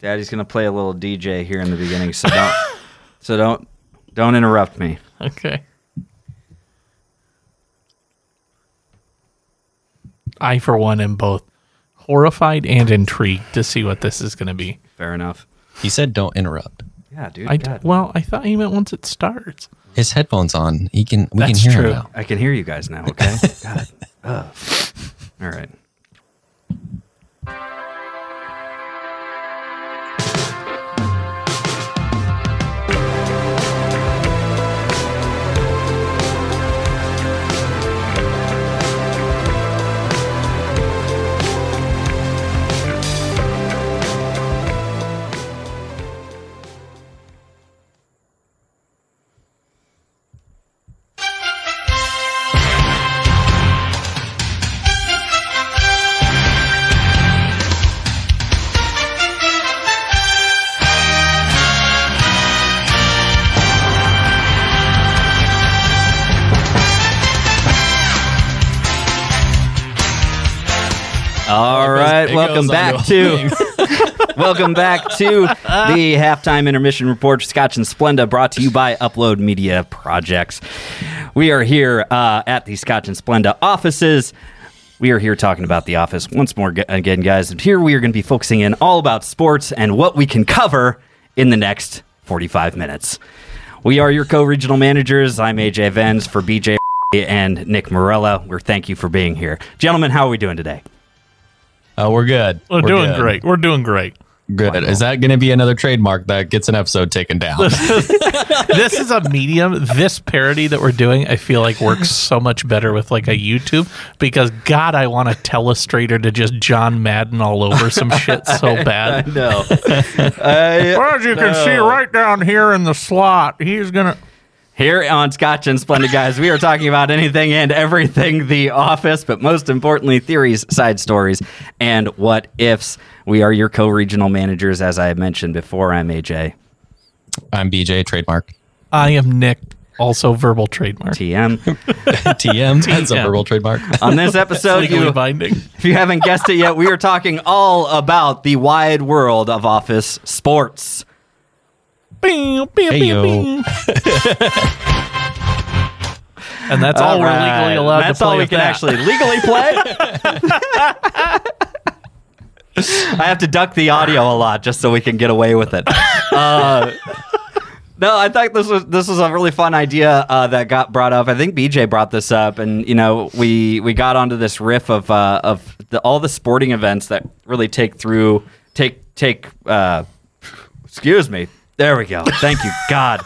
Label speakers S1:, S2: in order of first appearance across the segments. S1: Daddy's gonna play a little DJ here in the beginning, so don't, so don't, don't interrupt me.
S2: Okay. I, for one, am both horrified and intrigued to see what this is going to be.
S1: Fair enough.
S3: He said, "Don't interrupt."
S1: Yeah, dude.
S2: I,
S1: God.
S2: well, I thought he meant once it starts.
S3: His headphones on. He can. We
S2: That's
S3: can hear
S2: true.
S3: him now.
S1: I can hear you guys now. Okay. God. Ugh. All right. All right.
S3: it
S1: Welcome
S3: goes
S1: back
S3: on
S1: to. Welcome back to the halftime intermission report, Scotch and Splenda, brought to you by Upload Media Projects. We are here uh, at the Scotch and Splenda offices. We are here talking about the office once more gu- again, guys. And here we are going to be focusing in all about sports and what we can cover in the next 45 minutes. We are your co regional managers. I'm AJ Venz for BJ and Nick Morella. We're thank you for being here. Gentlemen, how are we doing today?
S3: Oh, we're good.
S2: We're, doing
S3: good.
S2: great. We're doing great.
S3: Good. Is that going to be another trademark that gets an episode taken down?
S2: this is a medium. This parody that we're doing, I feel like works so much better with like a YouTube because God, I want a telestrator to just John Madden all over some shit so bad.
S1: No.
S2: Well, as you can see right down here in the slot, he's gonna.
S1: Here on Scotch and Splendid Guys, we are talking about anything and everything The Office, but most importantly, theories, side stories, and what ifs. We are your co regional managers, as I mentioned before. I'm AJ
S3: I'm BJ trademark.
S2: I am Nick, also verbal trademark.
S1: TM.
S3: TM. That's a
S2: TM.
S3: verbal trademark.
S1: On this episode,
S2: Legally
S1: you,
S2: binding.
S1: if you haven't guessed it yet, we are talking all about the wide world of office sports.
S2: Bing, bing, bing,
S3: yo.
S2: bing. and that's all, we're
S1: right.
S2: legally allowed
S1: That's
S2: to play.
S1: all we
S2: with
S1: can
S2: that.
S1: actually legally play. I have to duck the audio a lot just so we can get away with it. Uh, no, I think this was this was a really fun idea uh, that got brought up. I think BJ brought this up, and you know we we got onto this riff of uh, of the, all the sporting events that really take through take take. Uh, excuse me. There we go. Thank you, God.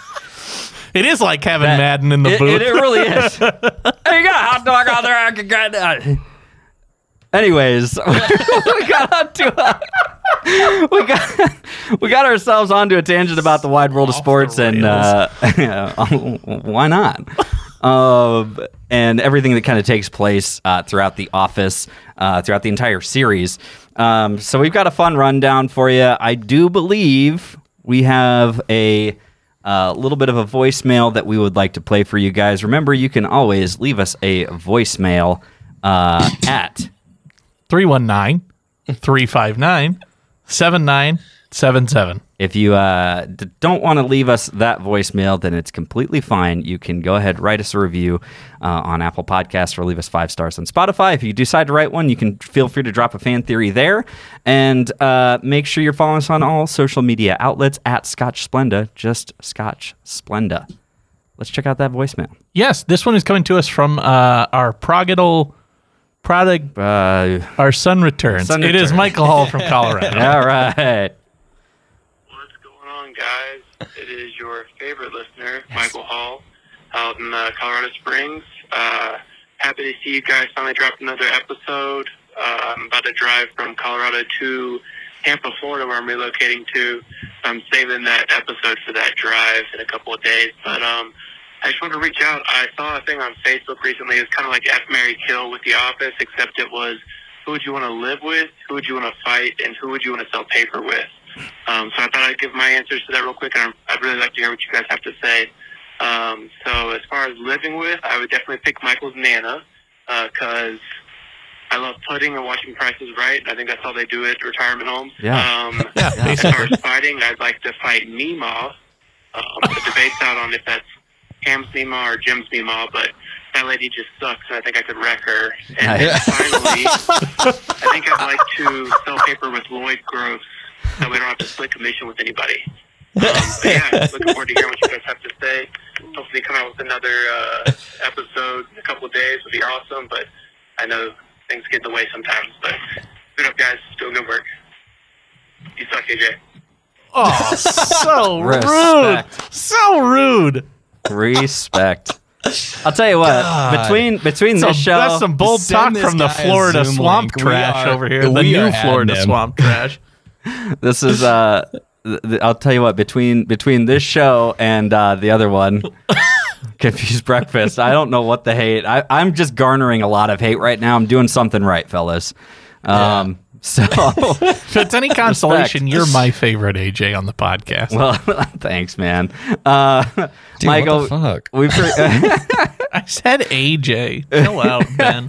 S2: It is like having
S1: That-
S2: Madden in the
S1: It- It,
S2: booth.
S1: it really is. hey, you got a hot dog out there? I can get uh, that. Anyways, we got onto a, we got we got ourselves onto a tangent about the wide world of
S2: Off the
S1: sports and uh, why not? Um, and everything that kind of takes place uh, throughout the office, uh, throughout the entire series. Um, so we've got a fun rundown for you. I do believe we have a a little bit of a voicemail that we would like to play for you guys. Remember, you can always leave us a voicemail uh, at
S2: 319 359 7977.
S1: If you uh, d- don't want to leave us that voicemail, then it's completely fine. You can go ahead, write us a review uh, on Apple Podcasts or leave us five stars on Spotify. If you decide to write one, you can feel free to drop a fan theory there. And uh, make sure you're following us on all social media outlets at Scotch Splenda, just Scotch Splenda. Let's check out that voicemail.
S2: Yes, this one is coming to us from uh, our prodigal product,
S1: Uh,
S2: our son returns.
S1: Son
S2: It is
S1: returns.
S2: Michael Hall from Colorado.
S1: all right.
S4: What's going on, guys? It is your favorite listener, Michael Hall, out in uh, Colorado Springs. Uh, happy to see you guys finally dropped another episode. Uh, I'm about to drive from Colorado to Tampa, Florida, where I'm relocating to. I'm saving that episode for that drive in a couple of days. But um, I just wanted to reach out. I saw a thing on Facebook recently. It was kind of like F Mary Kill with The Office, except it was who would you want to live with, who would you want to fight, and who would you want to sell paper with. Um, so I thought I'd give my answers to that real quick, and I'd really like to hear what you guys have to say. Um, so as far as living with, uh, I would definitely pick Michael's Nana because I love putting and watching Prices Right. I think that's all they do at retirement homes.
S1: Yeah.
S4: Um,
S2: Yeah,
S4: As far
S2: basically.
S4: as fighting, I'd like to fight Mima. Um, the debate's out on if that's Cam's Mima or Jim's Mima, but that lady just sucks, and I think I could wreck her. And
S1: Nice.
S4: finally, I think I'd like to sell paper with Lloyd Gross, so we don't have to split commission with anybody. Um, but yeah, looking forward to hearing what you guys have to say. Hopefully, come out with another uh, episode in a couple of days would be awesome. But I know things get in the way sometimes. But good up, guys. Doing good work. You suck, AJ.
S2: Oh, so rude.
S1: Respect.
S2: So rude.
S1: Respect. I'll tell you what. Between between
S2: So
S1: this show,
S2: that's some bold talk
S3: Send this
S2: from the
S3: guy a
S2: Florida
S3: Zoom
S2: swamp
S3: link. We
S2: trash
S3: are-
S2: over here. The
S3: we are
S2: new
S3: adding
S2: Florida
S3: him.
S2: swamp trash.
S1: this is. uh th- th- I'll tell you what. Between between this show and uh, the other one, confused breakfast. I don't know what the hate. I, I'm just garnering a lot of hate right now. I'm doing something right, fellas. Um. So.
S2: If it's any consolation, you're my favorite AJ on the podcast.
S1: Well, thanks, man. Uh,
S3: Dude,
S1: Michael,
S3: what the fuck?
S1: we pre-
S2: I said AJ. Chill out, Ben.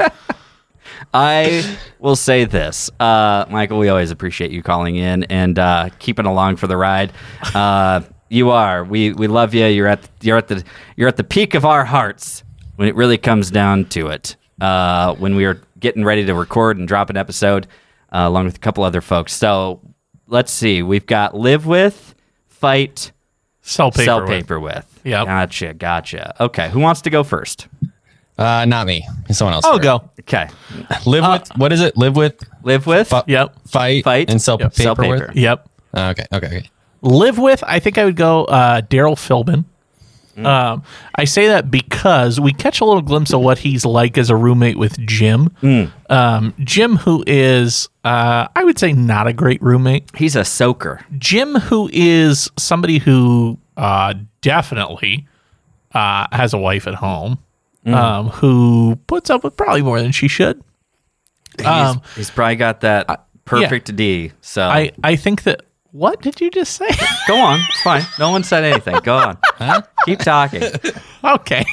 S1: I will say this, uh, Michael. We always appreciate you calling in and uh, keeping along for the ride. Uh, you are. We we love you. You're at you're at the you're at the peak of our hearts when it really comes down to it. Uh, when we are getting ready to record and drop an episode, uh, along with a couple other folks. So let's see. We've got live with, fight,
S2: Sell paper.
S1: sell
S2: with.
S1: paper with.
S2: Yep.
S1: Gotcha. Gotcha. Okay. Who wants to go first?
S3: Uh, not me. Someone else.
S2: I'll
S3: Sorry.
S2: go.
S1: Okay.
S3: Live with what is it? Live with
S1: Live with.
S3: Fu-
S2: Yep.
S3: fight,
S1: Fight,
S3: and sell
S1: yep,
S3: paper.
S1: sell
S3: with?
S1: paper.
S2: Yep.
S3: Oh, okay, okay, okay.
S2: live with i think i would go uh, daryl philbin um, i say that because we catch a little glimpse of what he's like as a roommate with jim um, jim who is uh, i would say not a great roommate
S1: He's a soaker.
S2: jim who is somebody who uh, definitely uh, has a wife at home um, who puts up with probably more than she should um,
S1: He's, he's probably got that perfect D. So
S2: I, I think that what did you just say
S1: go on. It's fine. No one said anything. Go on. Keep talking.
S2: Okay.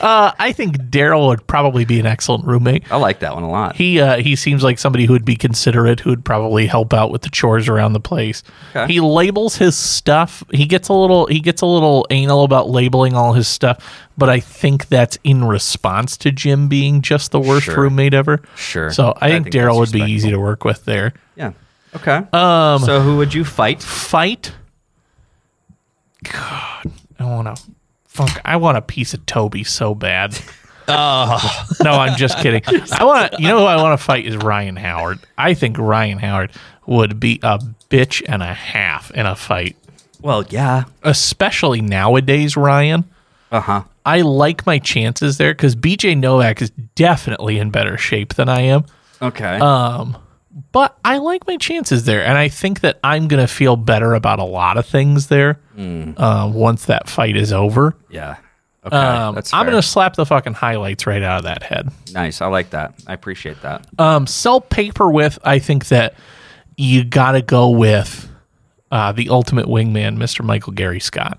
S2: Uh, I think Daryl would probably be an excellent roommate.
S1: I like that one a lot.
S2: He uh, he seems like somebody who would be considerate, who would probably help out with the chores around the place.
S1: Okay.
S2: He labels his stuff. He gets a little he gets a little anal about labeling all his stuff, but I think that's in response to Jim being just the worst
S1: Sure.
S2: roommate ever.
S1: Sure.
S2: So I,
S1: I
S2: think,
S1: think that's
S2: Daryl would be
S1: respectable.
S2: easy to work with there.
S1: yeah. Okay. Um. So who would you fight?
S2: Fight. God, I want to. Fuck, I want a piece of Toby so bad.
S3: Oh,
S2: No, I'm just kidding. I want to. You know who I want to fight is Ryan Howard. I think Ryan Howard would be a bitch and a half in a fight,
S1: Well, yeah.
S2: especially nowadays. Ryan,
S1: Uh huh.
S2: I like my chances there because BJ Novak is definitely in better shape than I am.
S1: Okay.
S2: Uh, But I like my chances there, and I think that I'm gonna feel better about a lot of things there
S1: Hmm.
S2: uh, once that fight is over.
S1: yeah. Okay.
S2: Um,
S1: That's
S2: I'm
S1: fair.
S2: gonna slap the fucking highlights right out of that head.
S1: nice. I like that. I appreciate that.
S2: Um, sell paper with, I think that you got to go with uh, the ultimate wingman, Mr. Michael Gary Scott.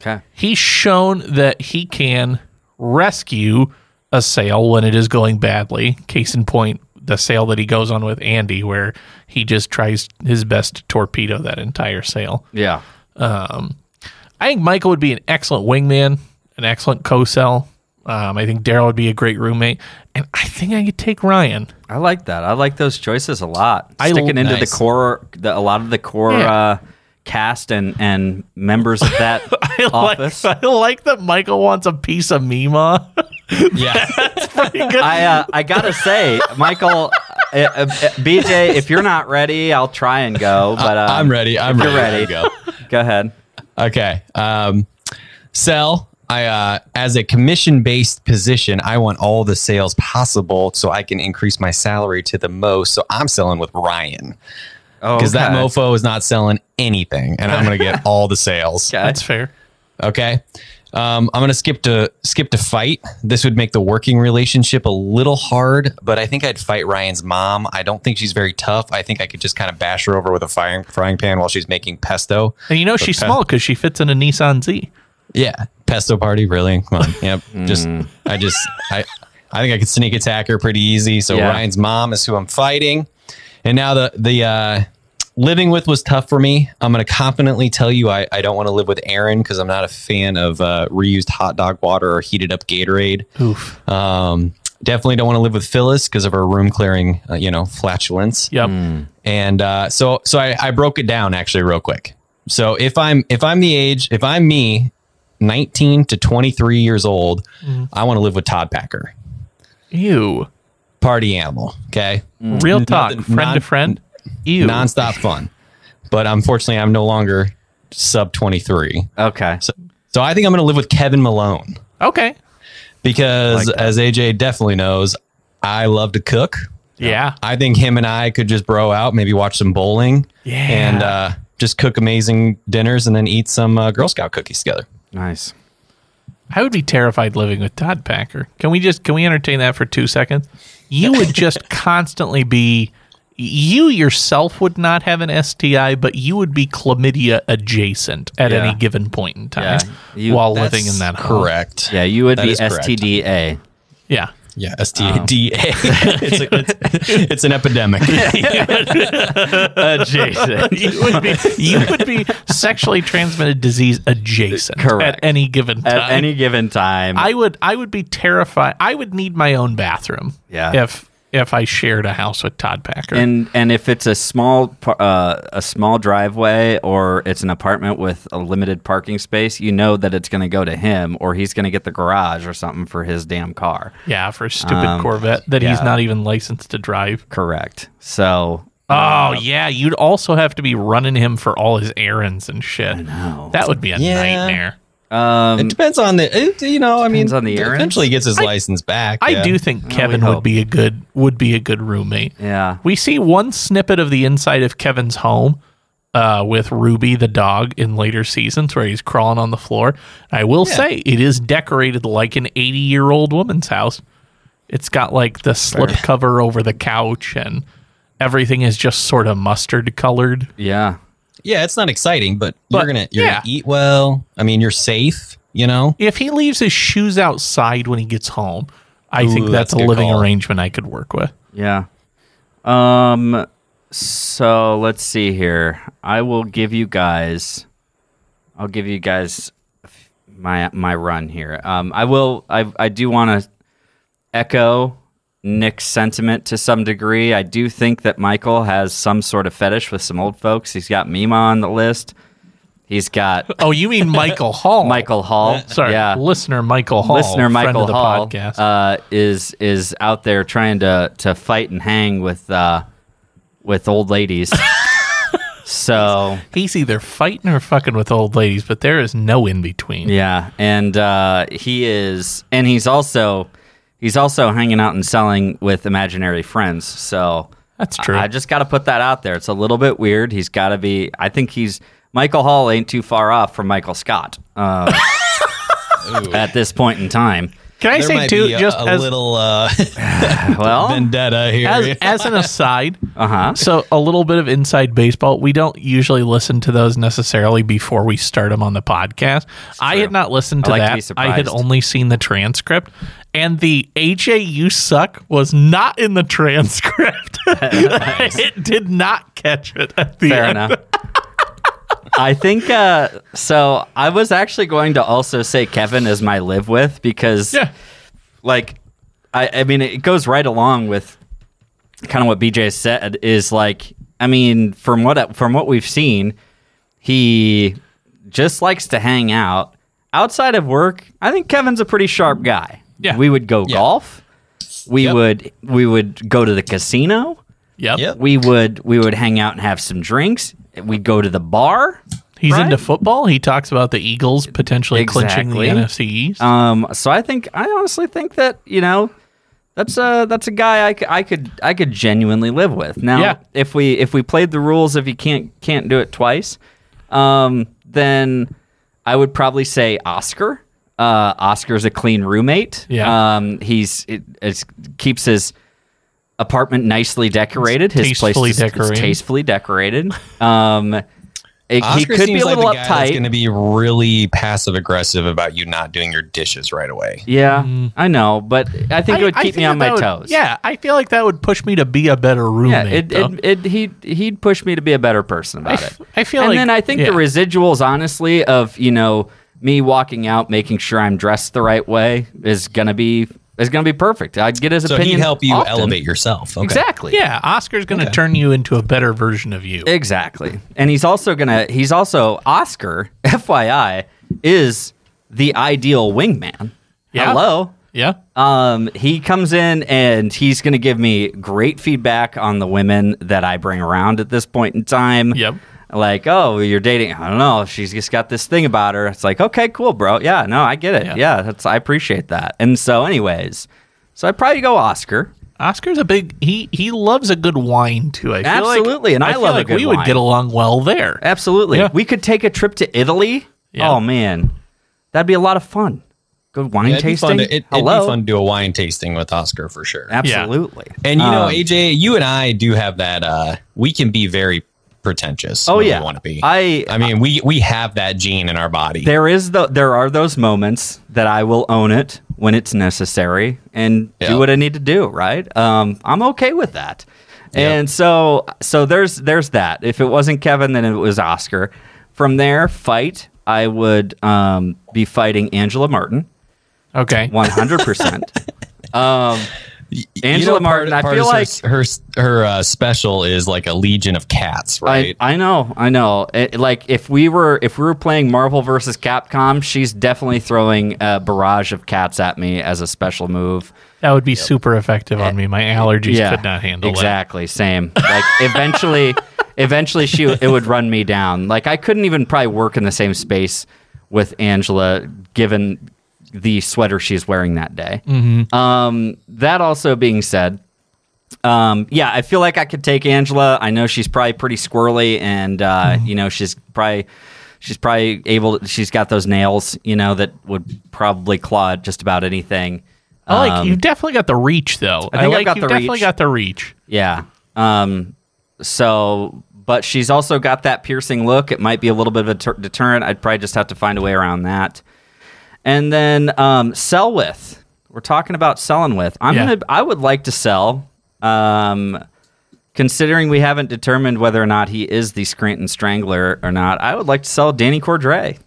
S1: Okay.
S2: He's shown that he can rescue a sale when it is going badly. Case in point, the sale that he goes on with Andy, where he just tries his best to torpedo that entire sale.
S1: Yeah.
S2: I think Michael would be an excellent wingman, an excellent co-sell. Um, I think Daryl would be a great roommate, and I think I could take Ryan.
S1: I like that. I like those choices a lot.
S2: I
S1: Sticking
S2: l-
S1: into
S3: Nice.
S1: the core, the, a lot of the core
S2: Yeah.
S1: uh, cast and and members of that
S2: I
S1: office.
S2: Like, I like that Michael wants a piece of Mima.
S3: yeah.
S2: Pretty good.
S1: I uh, I gotta say, Michael, uh, uh, BJ, if you're not ready, I'll try and go. But um,
S3: I'm ready. I'm
S1: you're
S3: ready.
S1: ready.
S3: There you go.
S1: Go ahead.
S3: Okay. Um, sell. I uh, as a commission-based position, I want all the sales possible so I can increase my salary to the most. So I'm selling with Ryan
S1: Oh,
S3: because that
S1: okay.
S3: mofo is not selling anything, and I'm gonna get all the sales.
S1: Okay.
S2: That's fair.
S3: Okay. Um, I'm gonna skip to skip to fight. This would make the working relationship a little hard, but I think I'd fight Ryan's mom. I don't think she's very tough. I think I could just kind of bash her over with a firing, frying pan while she's making pesto.
S2: And you know she's small because she fits in a Nissan Z.
S3: Yeah, pesto party. Really? Come on. Yep. Just I just I I think I could sneak attack her pretty easy. So
S1: Yeah.
S3: Ryan's mom is who I'm fighting. And now the the uh, living with was tough for me. I'm going to confidently tell you I, I don't want to live with Aaron because I'm not a fan of uh, reused hot dog water or heated up Gatorade.
S2: Oof.
S3: Um, definitely don't want to live with Phyllis because of her room clearing, uh, you know, flatulence.
S2: Yep.
S3: And uh, so so I, I broke it down actually real quick. So if I'm if I'm the age if I'm me, 19 to 23 years old, I want to live with Todd Packer,
S2: Ew.
S3: party animal. Okay,
S2: Real talk,
S3: Nothing-
S2: friend to
S3: non-
S2: friend. Ew.
S3: nonstop fun. But unfortunately, I'm no longer sub 23.
S1: Okay.
S3: So so I think I'm going to live with Kevin Malone.
S2: okay.
S3: because as AJ definitely knows, I love to cook.
S2: Yeah.
S3: I think him and I could just bro out, maybe watch some bowling,
S2: Yeah.
S3: and uh, just cook amazing dinners, and then eat some uh, Girl Scout cookies together.
S1: Nice.
S2: I would be terrified living with Todd Packer. Can we just can we entertain that for two seconds? You would just constantly be you yourself would not have an STI, but you would be chlamydia adjacent at
S1: Yeah.
S2: any given point in time
S1: Yeah. You-
S2: while living in that home.
S3: correct?
S1: Yeah, you would
S3: That
S1: be
S3: is correct.
S1: STDA.
S2: Yeah.
S3: Yeah, STDA. it's, a, it's, it's an epidemic. Uh,
S1: Adjacent.
S2: You would be you would be sexually transmitted disease adjacent
S1: Correct.
S2: at any given time.
S1: At any given time.
S2: I would I would be terrified. I would need my own bathroom.
S1: Yeah.
S2: If if I shared a house with Todd Packer.
S1: and and if it's a small par- uh, a small driveway or it's an apartment with a limited parking space, you know that it's going to go to him or he's going to get the garage or something for his damn car.
S2: yeah, for a stupid
S1: Um,
S2: Corvette that he's
S1: yeah.
S2: not even licensed to drive.
S1: Correct. So
S2: Oh
S3: Uh,
S2: yeah, you'd also have to be running him for all his errands and shit.
S1: know.
S2: That would be a
S3: Yeah.
S2: nightmare. Um,
S3: it depends on the, it, you know, I mean,
S1: Depends on the errands.
S3: eventually gets his license back.
S2: I
S3: yeah.
S2: do think Kevin would
S1: hope.
S2: be a good would be a good roommate.
S1: yeah,
S2: We see one snippet of the inside of Kevin's home uh, with Ruby the dog in later seasons where he's crawling on the floor. I will say it is decorated like an 80 year old woman's house. It's got like the slip cover over the couch and everything is just sort of mustard colored.
S1: yeah,
S3: Yeah, it's not exciting, but, you're
S2: But,
S3: gonna you're
S2: yeah.
S3: gonna eat well. I mean, you're safe. You know,
S2: If he leaves his shoes outside when he gets home, I think
S3: Ooh,
S2: that's,
S3: that's a
S2: a
S3: good
S2: living
S3: call.
S2: arrangement I could work with.
S1: yeah. Um. So let's see here. I will give you guys. I'll give you guys my my run here. Um. I will. I I do want to echo Nick's sentiment to some degree. I do think that Michael has some sort of fetish with some old folks. He's got Mima on the list. He's got
S2: Oh, you mean Michael Hall?
S1: Michael Hall.
S2: Oh, Sorry,
S1: Yeah.
S2: listener Michael Hall.
S1: listener
S2: friend
S1: Michael
S2: of the
S1: Hall
S2: podcast.
S1: uh, is is out there trying to to fight and hang with uh, with old ladies. so
S2: He's either fighting or fucking with old ladies, but there is no in between.
S1: yeah, and uh, he is, and he's also he's also hanging out and selling with imaginary friends. So
S2: That's true.
S1: I, I just got to put that out there. It's a little bit weird. He's got to be. I think he's Michael Hall ain't too far off from Michael Scott uh, at this point in time.
S2: Can I
S3: there
S2: say
S3: might
S2: too,
S3: be a,
S2: just
S3: a
S2: as, Oh.
S3: little uh,
S1: Well,
S3: vendetta here.
S2: as as an aside,
S1: uh huh.
S2: so a little bit of inside baseball. We don't usually listen to those necessarily before we start them on the podcast. I had not listened to
S1: I like to be
S2: that. I had
S1: surprised.
S2: only seen the transcript, and the AJ you suck was not in the transcript. it did not catch it at the
S1: Fair
S2: end.
S1: enough. I think uh, so. I was actually going to also say Kevin is my live with because,
S2: Yeah.
S1: like, I, I mean, it goes right along with kind of what BJ said. Is like, I mean, from what from what we've seen, he just likes to hang out outside of work. I think Kevin's a pretty sharp guy.
S2: Yeah.
S1: we would go
S3: Yeah.
S1: golf. We
S3: Yep.
S1: would we would go to the casino
S2: Yep.
S3: Yep.
S1: we would we would hang out and have some drinks. We'd go to the bar.
S2: He's
S1: Right?
S2: into football. He talks about the Eagles potentially
S1: Exactly.
S2: clinching the NFC East.
S1: Um, so I think I honestly think that you know that's a that's a guy I, c- I could I could genuinely live with. Now
S2: Yeah.
S1: if we if we played the rules if you can't can't do it twice, um, then I would probably say Oscar. Uh, Oscar's a clean roommate.
S2: Yeah.
S1: Um, he's it, it's, keeps his apartment nicely decorated. His place
S2: Tastefully
S1: is, is
S2: decorated.
S1: tastefully decorated. Um, It- he
S3: Oscar
S1: could be
S3: seems
S1: a
S3: like
S1: little
S3: the guy that's
S1: uptight.
S3: going to be really passive aggressive about you not doing your dishes right away.
S1: yeah,
S2: Mm.
S1: I know, but I think it would keep me on
S2: that
S1: my
S2: would-
S1: toes.
S2: Yeah, I feel like that would push me to be a better
S1: yeah.
S2: roommate.
S1: It,
S2: though.
S1: it, it, he he'd push me to be a better person about it.
S2: I feel
S1: and
S2: like-
S1: then I think
S2: yeah.
S1: the residuals, honestly, of you know me walking out, making sure I'm dressed the right way, is gonna be is gonna be perfect. I'd get his
S3: So
S1: opinion.
S3: he'd help you
S1: often.
S3: elevate yourself. Okay.
S1: Exactly.
S2: yeah, Oscar's going to turn you into a better version of you.
S1: Exactly. And he's also gonna he's also Oscar, FYI, is the ideal wingman.
S2: Yeah.
S1: Hello.
S2: yeah.
S1: Um, he comes in and he's going to give me great feedback on the women that I bring around at this point in time.
S2: Yep.
S1: Like, oh, you're dating. I don't know. She's just got this thing about her. It's like, okay, cool, bro. Yeah, no, I get it.
S2: Yeah.
S1: Yeah, that's I appreciate that. And so, anyways, so I'd probably go Oscar.
S2: Oscar's a big he he loves a good wine too. I feel like-
S1: Absolutely, and I
S2: feel
S1: love a
S2: like
S1: good
S2: we
S1: wine.
S2: would get along well there.
S1: Absolutely.
S2: Yeah.
S1: We could take a trip to Italy.
S2: Yeah.
S1: Oh man, that'd be a lot of fun. Good wine
S3: Yeah, it'd, be
S1: tasting.
S3: fun to, it, it'd be
S1: Hello.
S3: fun to do a wine tasting with Oscar for sure.
S1: Absolutely.
S3: And you know,
S1: Um,
S3: AJ, you and I do have that. Uh, we can be very pretentious.
S1: Oh
S3: when
S1: yeah.
S3: we want to be.
S1: I
S3: I mean, we we have that gene in our body.
S1: there is the there are those moments that I will own it when it's necessary and
S3: Yeah.
S1: do what I need to do. Right? Um, I'm okay with that. And so so there's there's that. If it wasn't Kevin, then it was Oscar. From there, fight. I would um, be fighting Angela Martin,
S2: Okay.
S1: one hundred percent. Um,
S3: You
S1: Angela
S3: know, part-
S1: Martin, I
S3: part
S1: feel
S3: of her-
S1: like-
S3: her her, uh, special is like a legion of cats,
S1: I,
S3: right?
S1: I know, I know. It, like if we were if we were playing Marvel versus Capcom, she's definitely throwing a barrage of cats at me as a special move.
S2: That would be super effective on me. My allergies could not handle
S1: exactly, same. Like eventually, eventually she it would run me down. Like I couldn't even probably work in the same space with Angela, given the sweater she's wearing that day.
S2: Mm-hmm.
S1: Um, that also being said, um, yeah, I feel like I could take Angela. I know she's probably pretty squirrely, and uh,
S2: Mm-hmm.
S1: you know she's probably she's probably able. To, she's got those nails, you know, that would probably claw at just about anything.
S2: that. I like
S1: Um,
S2: you've definitely got the reach though.
S1: I think I've
S2: like
S1: got
S2: you've
S1: the
S2: definitely
S1: reach.
S2: got the reach.
S1: Yeah. Um, so, but she's also got that piercing look. It might be a little bit of a ter- deterrent. I'd probably just have to find a way around that. And then um, sell with. We're talking about selling with. I'm
S2: Yeah.
S1: gonna. I would like to sell. Um, considering we haven't determined whether or not he is the Scranton Strangler or not, I would like to sell Danny Cordray.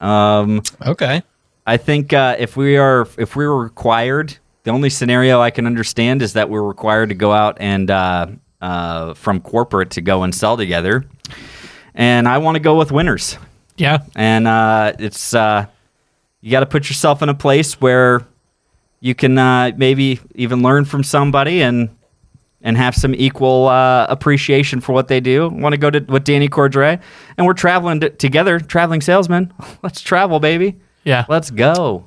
S1: Um,
S3: okay.
S1: I think uh, if we are if we were required, the only scenario I can understand is that we're required to go out and uh, uh, from corporate to go and sell together. And I want to go with winners.
S2: Yeah.
S1: And uh, it's uh, you got to put yourself in a place where you can uh, maybe even learn from somebody and and have some equal uh, appreciation for what they do. Want to go to with Danny Cordray, and we're traveling t- together, traveling salesman. Let's travel, baby.
S2: Yeah.
S1: Let's go.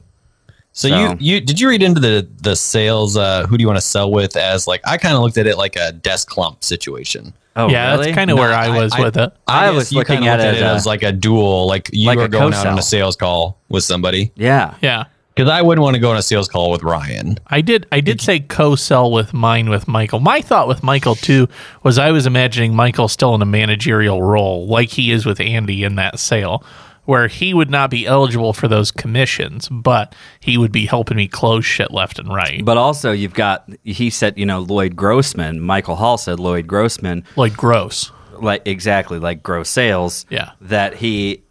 S3: So,
S1: So-
S3: you you did you read into the the sales? Uh, who do you want to sell with? As like I kind of looked at it like a desk clump situation.
S1: Oh,
S2: yeah, that's kind of where I was with it.
S1: I
S3: guess
S1: was
S3: you
S1: looking
S3: kinda
S1: at
S3: looked
S1: it, uh,
S3: as like a duel, like you
S1: like
S3: were
S1: a
S3: going out on
S1: co-sell.
S3: a sales call with somebody.
S1: Yeah.
S2: Yeah.
S3: Because I wouldn't want to go on a sales call with Ryan.
S2: I did. I did say co-sell with mine with Michael. My thought with Michael too was I was imagining Michael still in a managerial role, like he is with Andy in that sale, where he would not be eligible for those commissions, but he would be helping me close shit left and right.
S1: But also, you've got, he said, you know, Lloyd Grossman. Michael Hall said Lloyd Grossman,
S2: Like gross.
S1: like exactly like gross sales.
S2: Yeah.
S1: That he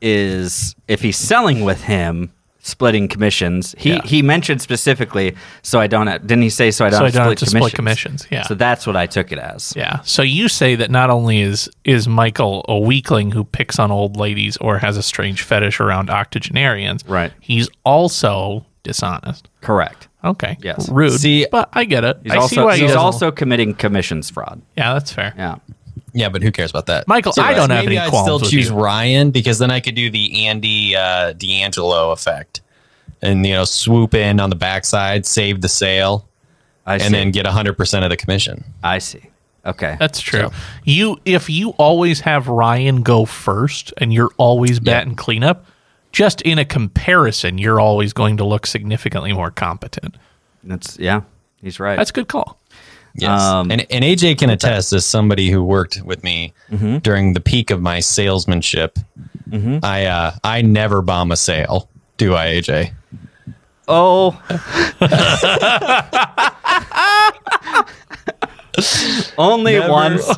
S1: is, if he's selling with him, splitting commissions. He
S2: Yeah.
S1: he mentioned specifically, so I don't, have, didn't he say, so I don't,
S2: So I
S1: have, split
S2: don't have to
S1: commissions.
S2: split commissions. Yeah.
S1: So that's what I took it as.
S2: Yeah. So you say that not only is is Michael a weakling who picks on old ladies or has a strange fetish around octogenarians,
S1: Right.
S2: He's also dishonest.
S1: Correct.
S2: Okay.
S1: Yes.
S2: Rude.
S3: See-
S2: but I get it.
S1: He's
S2: I
S1: also,
S2: see why he
S1: he's
S2: doesn't-
S1: also committing commissions fraud.
S2: Yeah, that's fair.
S1: Yeah.
S3: Yeah, but who cares about that?
S2: Michael, I don't have
S3: maybe
S2: any
S3: I'd
S2: qualms
S3: still
S2: with
S3: choose
S2: you.
S3: Ryan because then I could do the Andy uh, D'Angelo effect, and you know, swoop in on the backside, save the sale,
S1: I see.
S3: and then get hundred percent of the commission.
S1: I see. Okay.
S2: That's true.
S3: So-
S2: You if you always have Ryan go first and you're always batting cleanup, just in a comparison, you're always going to look significantly more competent.
S1: That's, yeah. He's right.
S2: That's a good call.
S3: Yes.
S1: Um,
S3: and, and AJ can attest as somebody who worked with me
S2: Mm-hmm.
S1: Mhm.
S3: during the peak of my salesmanship.
S1: Mhm.
S3: I uh, I never bomb a sale, do I, AJ?
S1: Oh. Only
S3: Never.
S1: once.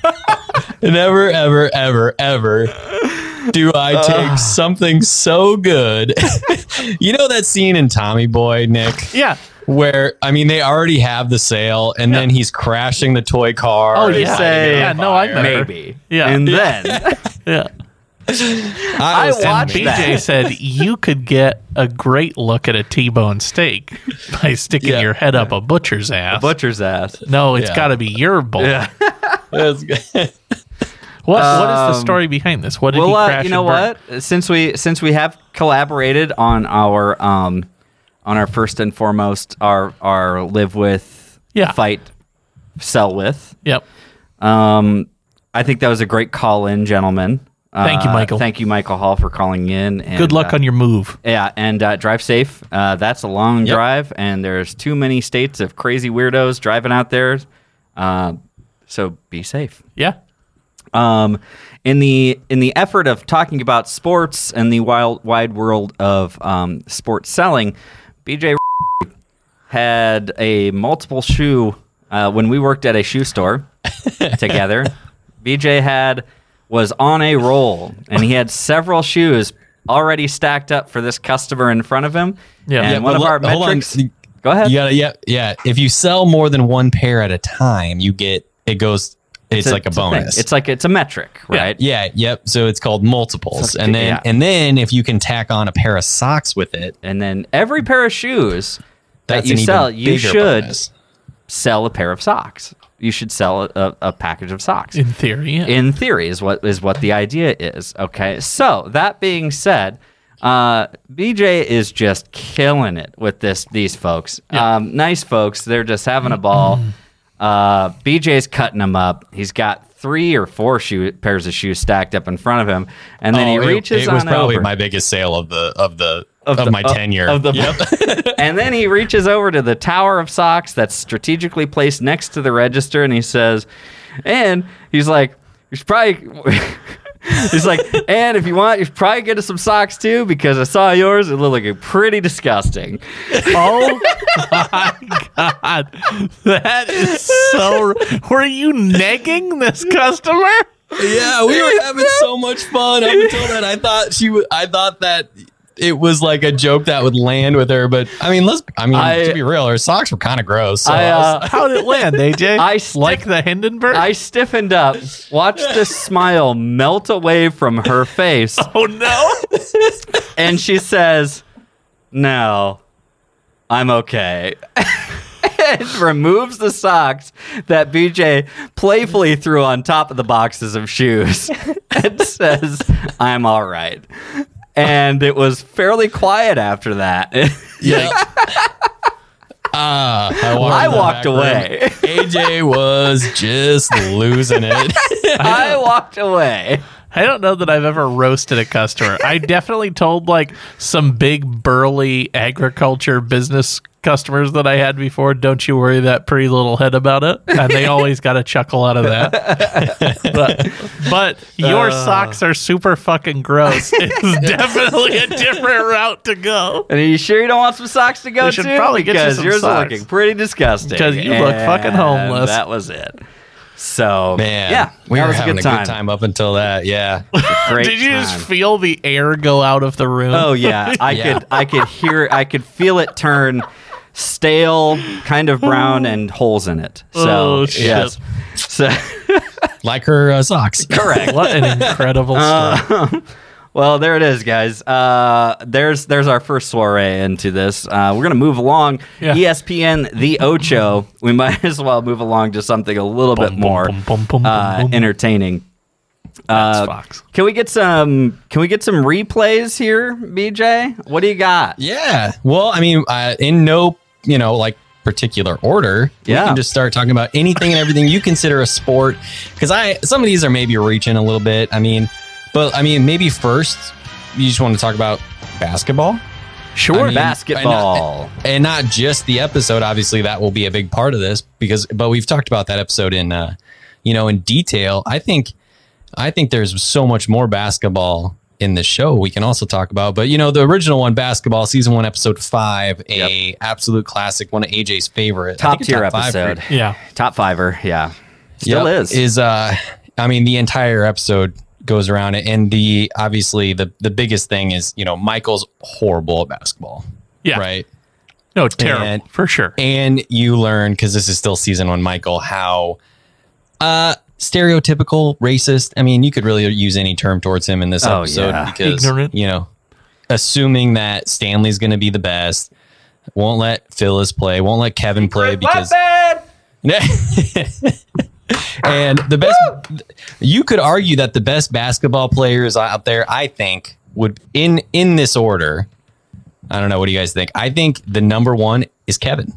S3: Never, ever, ever, ever do I take something so good. you know that scene in Tommy Boy, Nick?
S2: Yeah.
S3: Where I mean, they already have the sale, and then he's crashing the toy car.
S2: Oh,
S1: They
S2: yeah.
S1: say,
S2: Yeah, no, I remember.
S1: Maybe.
S2: Yeah.
S1: And then
S2: Yeah.
S1: I
S3: was
S1: watched
S3: amazed.
S1: that.
S2: BJ said you could get a great look at a T-bone steak by sticking
S3: Yeah.
S2: your head up a butcher's ass.
S1: butcher's ass.
S2: no, it's
S3: Yeah.
S2: got to be your bone.
S3: That's good.
S2: What What is the
S1: Um,
S2: story behind this? What did he
S1: well,
S2: crash?
S1: uh, you know
S2: and burn?
S1: what? Since we since we have collaborated on our um on our first and foremost our our live with
S2: Yeah.
S1: fight sell with
S2: Yep.
S1: um I think that was a great call in, gentlemen.
S2: Thank you,
S1: Uh,
S2: Michael.
S1: Thank you, Michael Hall, for calling in. And,
S2: Good luck
S1: uh,
S2: on your move.
S1: Yeah, and uh, drive safe. Uh, that's a long
S3: Yep.
S1: drive, and there's too many states of crazy weirdos driving out there. Uh, so be safe.
S2: Yeah.
S1: Um, in the in the effort of talking about sports and the wild wide world of um, sports selling, BJ had a multiple shoe uh, when we worked at a shoe store together. BJ had was on a roll, and he had several shoes already stacked up for this customer in front of him.
S2: Yeah.
S1: and
S2: Yeah,
S1: one
S3: but
S1: of
S3: lo-
S1: our
S3: hold on.
S1: metrics. Go ahead.
S3: You gotta, yeah, yeah. If you sell more than one pair at a time, you get it goes. It's, like a
S1: thing.
S3: bonus.
S1: It's like it's a metric, right?
S3: yeah, yep. So it's called multiples,
S1: So-
S3: and then
S1: yeah.
S3: and then if you can tack on a pair of socks with it,
S1: And then every pair of shoes that
S3: that's
S1: you
S3: an even
S1: sell, you
S3: bigger
S1: should
S3: bonus.
S1: sell a pair of socks. You should sell a, a package of socks.
S2: In theory. Yeah.
S1: In theory, is what is what the idea is. Okay. So that being said, uh, BJ is just killing it with this. These folks, um, nice folks. They're just having a ball. Uh, BJ's cutting them up. He's got three or four shoe pairs of shoes stacked up in front of him, and then
S3: Oh,
S1: he reaches
S3: It, it was
S1: on
S3: probably
S1: over.
S3: my biggest sale of the of the
S1: Of
S3: of,
S1: the-
S3: my
S1: of-
S3: tenure
S1: of the-
S3: Yep.
S1: and then he reaches over to the tower of socks that's strategically placed next to the register and he says and he's like you should probably he's like and if you want you should probably get us some socks too because i saw yours it looked like pretty disgusting
S2: Oh my god, that is so. Were you negging this customer?
S3: yeah, we were having so much fun up until then. I thought she was. I thought that it was like a joke that would land with her, but I mean, let's. I mean,
S1: I-
S3: to be real, her socks were kind of gross. So
S1: I,
S3: I was-
S1: uh,
S2: How did it land, AJ?
S1: I stick-
S2: like the Hindenburg.
S1: i stiffened up watched this smile melt away from her face
S2: oh no!
S1: and she says, "No, I'm okay." and removes the socks that BJ playfully threw on top of the boxes of shoes and says, "I'm all right." And it was fairly quiet after that.
S3: yeah. Ah, I walked,
S1: I
S3: in the
S1: walked
S3: back room.
S1: away.
S3: AJ was just losing it.
S1: I walked away.
S2: I don't know that I've ever roasted a customer. I definitely told like some big burly agriculture business customers that I had before. Don't you worry that pretty little head about it, and they always got a chuckle out of that. but, but your
S1: Uh.
S2: socks are super fucking gross. It's definitely a different route to go
S1: And are you sure you don't want some socks to go
S2: We should
S1: to?
S2: probably get you
S1: because
S2: some
S1: yours are
S2: socks.
S1: looking pretty disgusting.
S2: 'Cause you look fucking
S1: And
S2: homeless.
S1: That was it. So
S3: Man,
S1: yeah,
S3: we
S1: that
S3: were
S1: was
S3: having
S1: a good time.
S3: time up until that. Yeah,
S1: Great
S2: Did you just
S1: time.
S2: feel the air go out of the room?
S1: Oh yeah, I
S3: Yeah.
S1: could I could hear I could feel it turn stale, kind of brown, and holes in it. So
S2: Oh, shit.
S1: yes, so
S3: like her uh, socks.
S1: correct.
S2: What an incredible story.
S1: Uh, Well, there it is, guys. Uh, there's there's our first soiree into this. Uh, we're gonna move along. E
S2: Yeah.
S1: ESPN, the Ocho. We might as well move along to something a little bit
S2: Bum, bum,
S1: more
S2: bum, bum, bum,
S1: uh,
S2: bum, bum.
S1: entertaining.
S2: That's
S1: uh,
S2: Fox.
S1: Can we get some? Can we get some replays here, BJ? What do you got?
S3: Yeah. Well, I mean, uh, in no, you know, like particular order.
S1: Yeah.
S3: We can just start talking about anything and everything you consider a sport. Because I, some of these are maybe reaching a little bit. I mean, but I mean, maybe first, you just want to talk about basketball.
S1: Sure.
S3: I mean,
S1: basketball.
S3: and not just the episode. Obviously, that will be a big part of this because, but we've talked about that episode in, uh, you know, in detail. I think, I think there's so much more basketball in the show we can also talk about. But you know, the original one, basketball, season one, episode five, a absolute classic, one of AJ's favorite, I
S1: Top
S3: think a
S1: tier
S3: five
S1: episode.
S3: for-
S2: Yeah.
S1: Top fiver. Yeah. Still
S3: Yep,
S1: is.
S3: Is uh, I mean, the entire episode goes around it, and the obviously the the biggest thing is you know Michael's horrible at basketball.
S2: Yeah.
S3: Right.
S2: No, terrible.
S3: And-
S2: for sure.
S3: and you learn because this is still season one michael how uh stereotypical racist i mean you could really use any term towards him in this
S1: Oh,
S3: episode
S1: yeah.
S3: because
S2: Ignorant.
S3: you know assuming that stanley's gonna be the best won't let phyllis play won't let kevin play because and the best you could argue that the best basketball players out there i think would in in this order i don't know what do you guys think i think the number one is kevin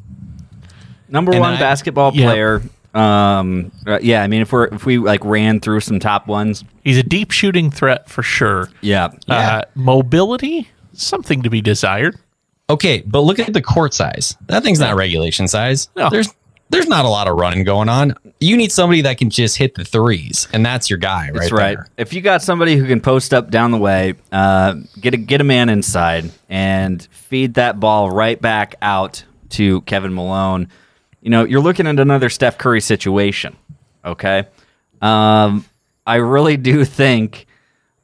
S1: Number
S3: And
S1: one
S3: I-
S1: basketball
S2: Yep.
S1: player. Um. uh, Yeah. I mean, if we're if we like ran through some top ones.
S2: He's a deep shooting threat for sure.
S1: Yeah.
S3: Yeah.
S2: Uh, mobility, something to be desired.
S3: Okay, but look at the court size. That thing's not regulation size.
S2: No.
S3: There's there's not a lot of running going on. You need somebody that can just hit the threes, and that's your guy, right?
S1: That's right.
S3: there.
S1: If you got somebody who can post up down the way, uh, get a get a man inside and feed that ball right back out to Kevin Malone. You know, you're looking at another Steph Curry situation. Okay, um, I really do think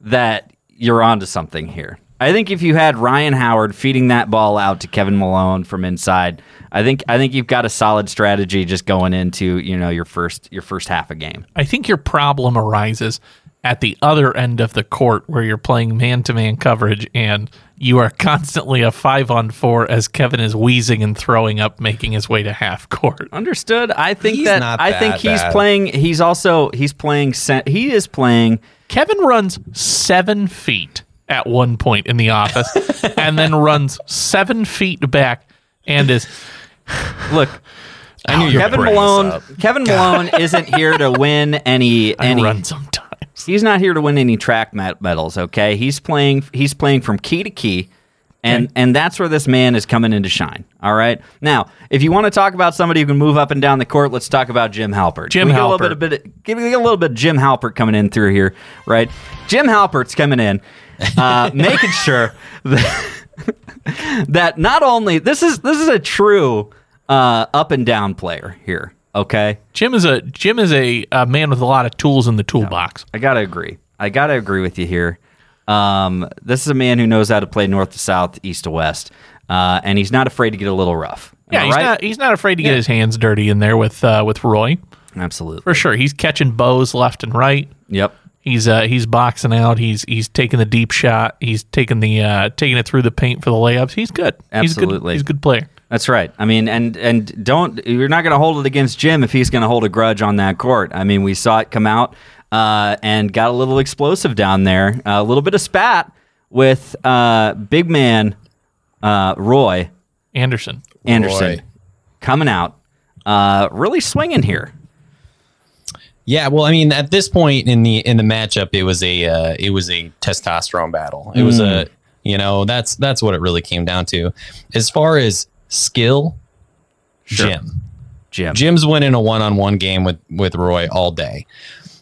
S1: that you're onto something here. I think if you had Ryan Howard feeding that ball out to Kevin Malone from inside, I think I think you've got a solid strategy just going into you know your first your first half a game.
S2: I think your problem arises at the other end of the court where you're playing man to man coverage and you are constantly a five on four as Kevin is wheezing and throwing up, making his way to half court.
S1: Understood. I think
S3: He's
S1: that
S3: not
S1: I
S3: that
S1: think he's
S3: bad.
S1: playing. He's also he's playing. cen- He is playing.
S2: Kevin runs seven feet at one point in the office and then runs seven feet back and is
S1: Look,
S3: I knew you were
S1: Kevin
S3: bringing this
S1: Malone.
S3: up.
S1: Kevin Malone isn't here to win any
S2: I
S1: any.
S2: run sometimes.
S1: He's not here to win any track me- medals. Okay, he's playing. He's playing from key to key, and and that's where this man is coming into shine. All right. Now, if you want to talk about somebody who can move up and down the court, let's talk about Jim Halpert.
S2: Jim
S1: we Get a little
S2: Halpert.
S1: bit of bit of- give me a little bit of Jim Halpert coming in through here, right? Jim Halpert's coming in, uh, making sure that, that not only this is this is a true uh, up and down player here. Okay,
S2: Jim is a Jim is a, a man with a lot of tools in the toolbox.
S1: I gotta agree. I gotta agree with you here. Um, this is a man who knows how to play north to south, east to west, uh, and he's not afraid to get a little rough. Am
S2: Yeah,
S1: I
S2: he's
S1: right?
S2: not he's not afraid to get his hands dirty in there with uh, with Roy
S1: Absolutely.
S2: for sure. He's catching bows left and right.
S1: Yep.
S2: He's uh, he's boxing out. He's he's taking the deep shot. He's taking the uh, taking it through the paint for the layups. He's good.
S1: Absolutely.
S2: he's a good, he's a good player.
S1: That's right. I mean, and and don't you're not going to hold it against Jim if he's going to hold a grudge on that court. I mean, we saw it come out uh, and got a little explosive down there, a little bit of spat with uh, big man uh, Roy
S2: Anderson.
S1: Anderson
S3: Roy.
S1: coming out, uh, really swinging here.
S3: Yeah, well, I mean, at this point in the in the matchup, it was a uh, it was a testosterone battle. It was
S1: Mm.
S3: a you know that's that's what it really came down to. As far as skill, Jim,
S1: Jim.
S3: Jim's winning a one-on-one game with with Roy all day.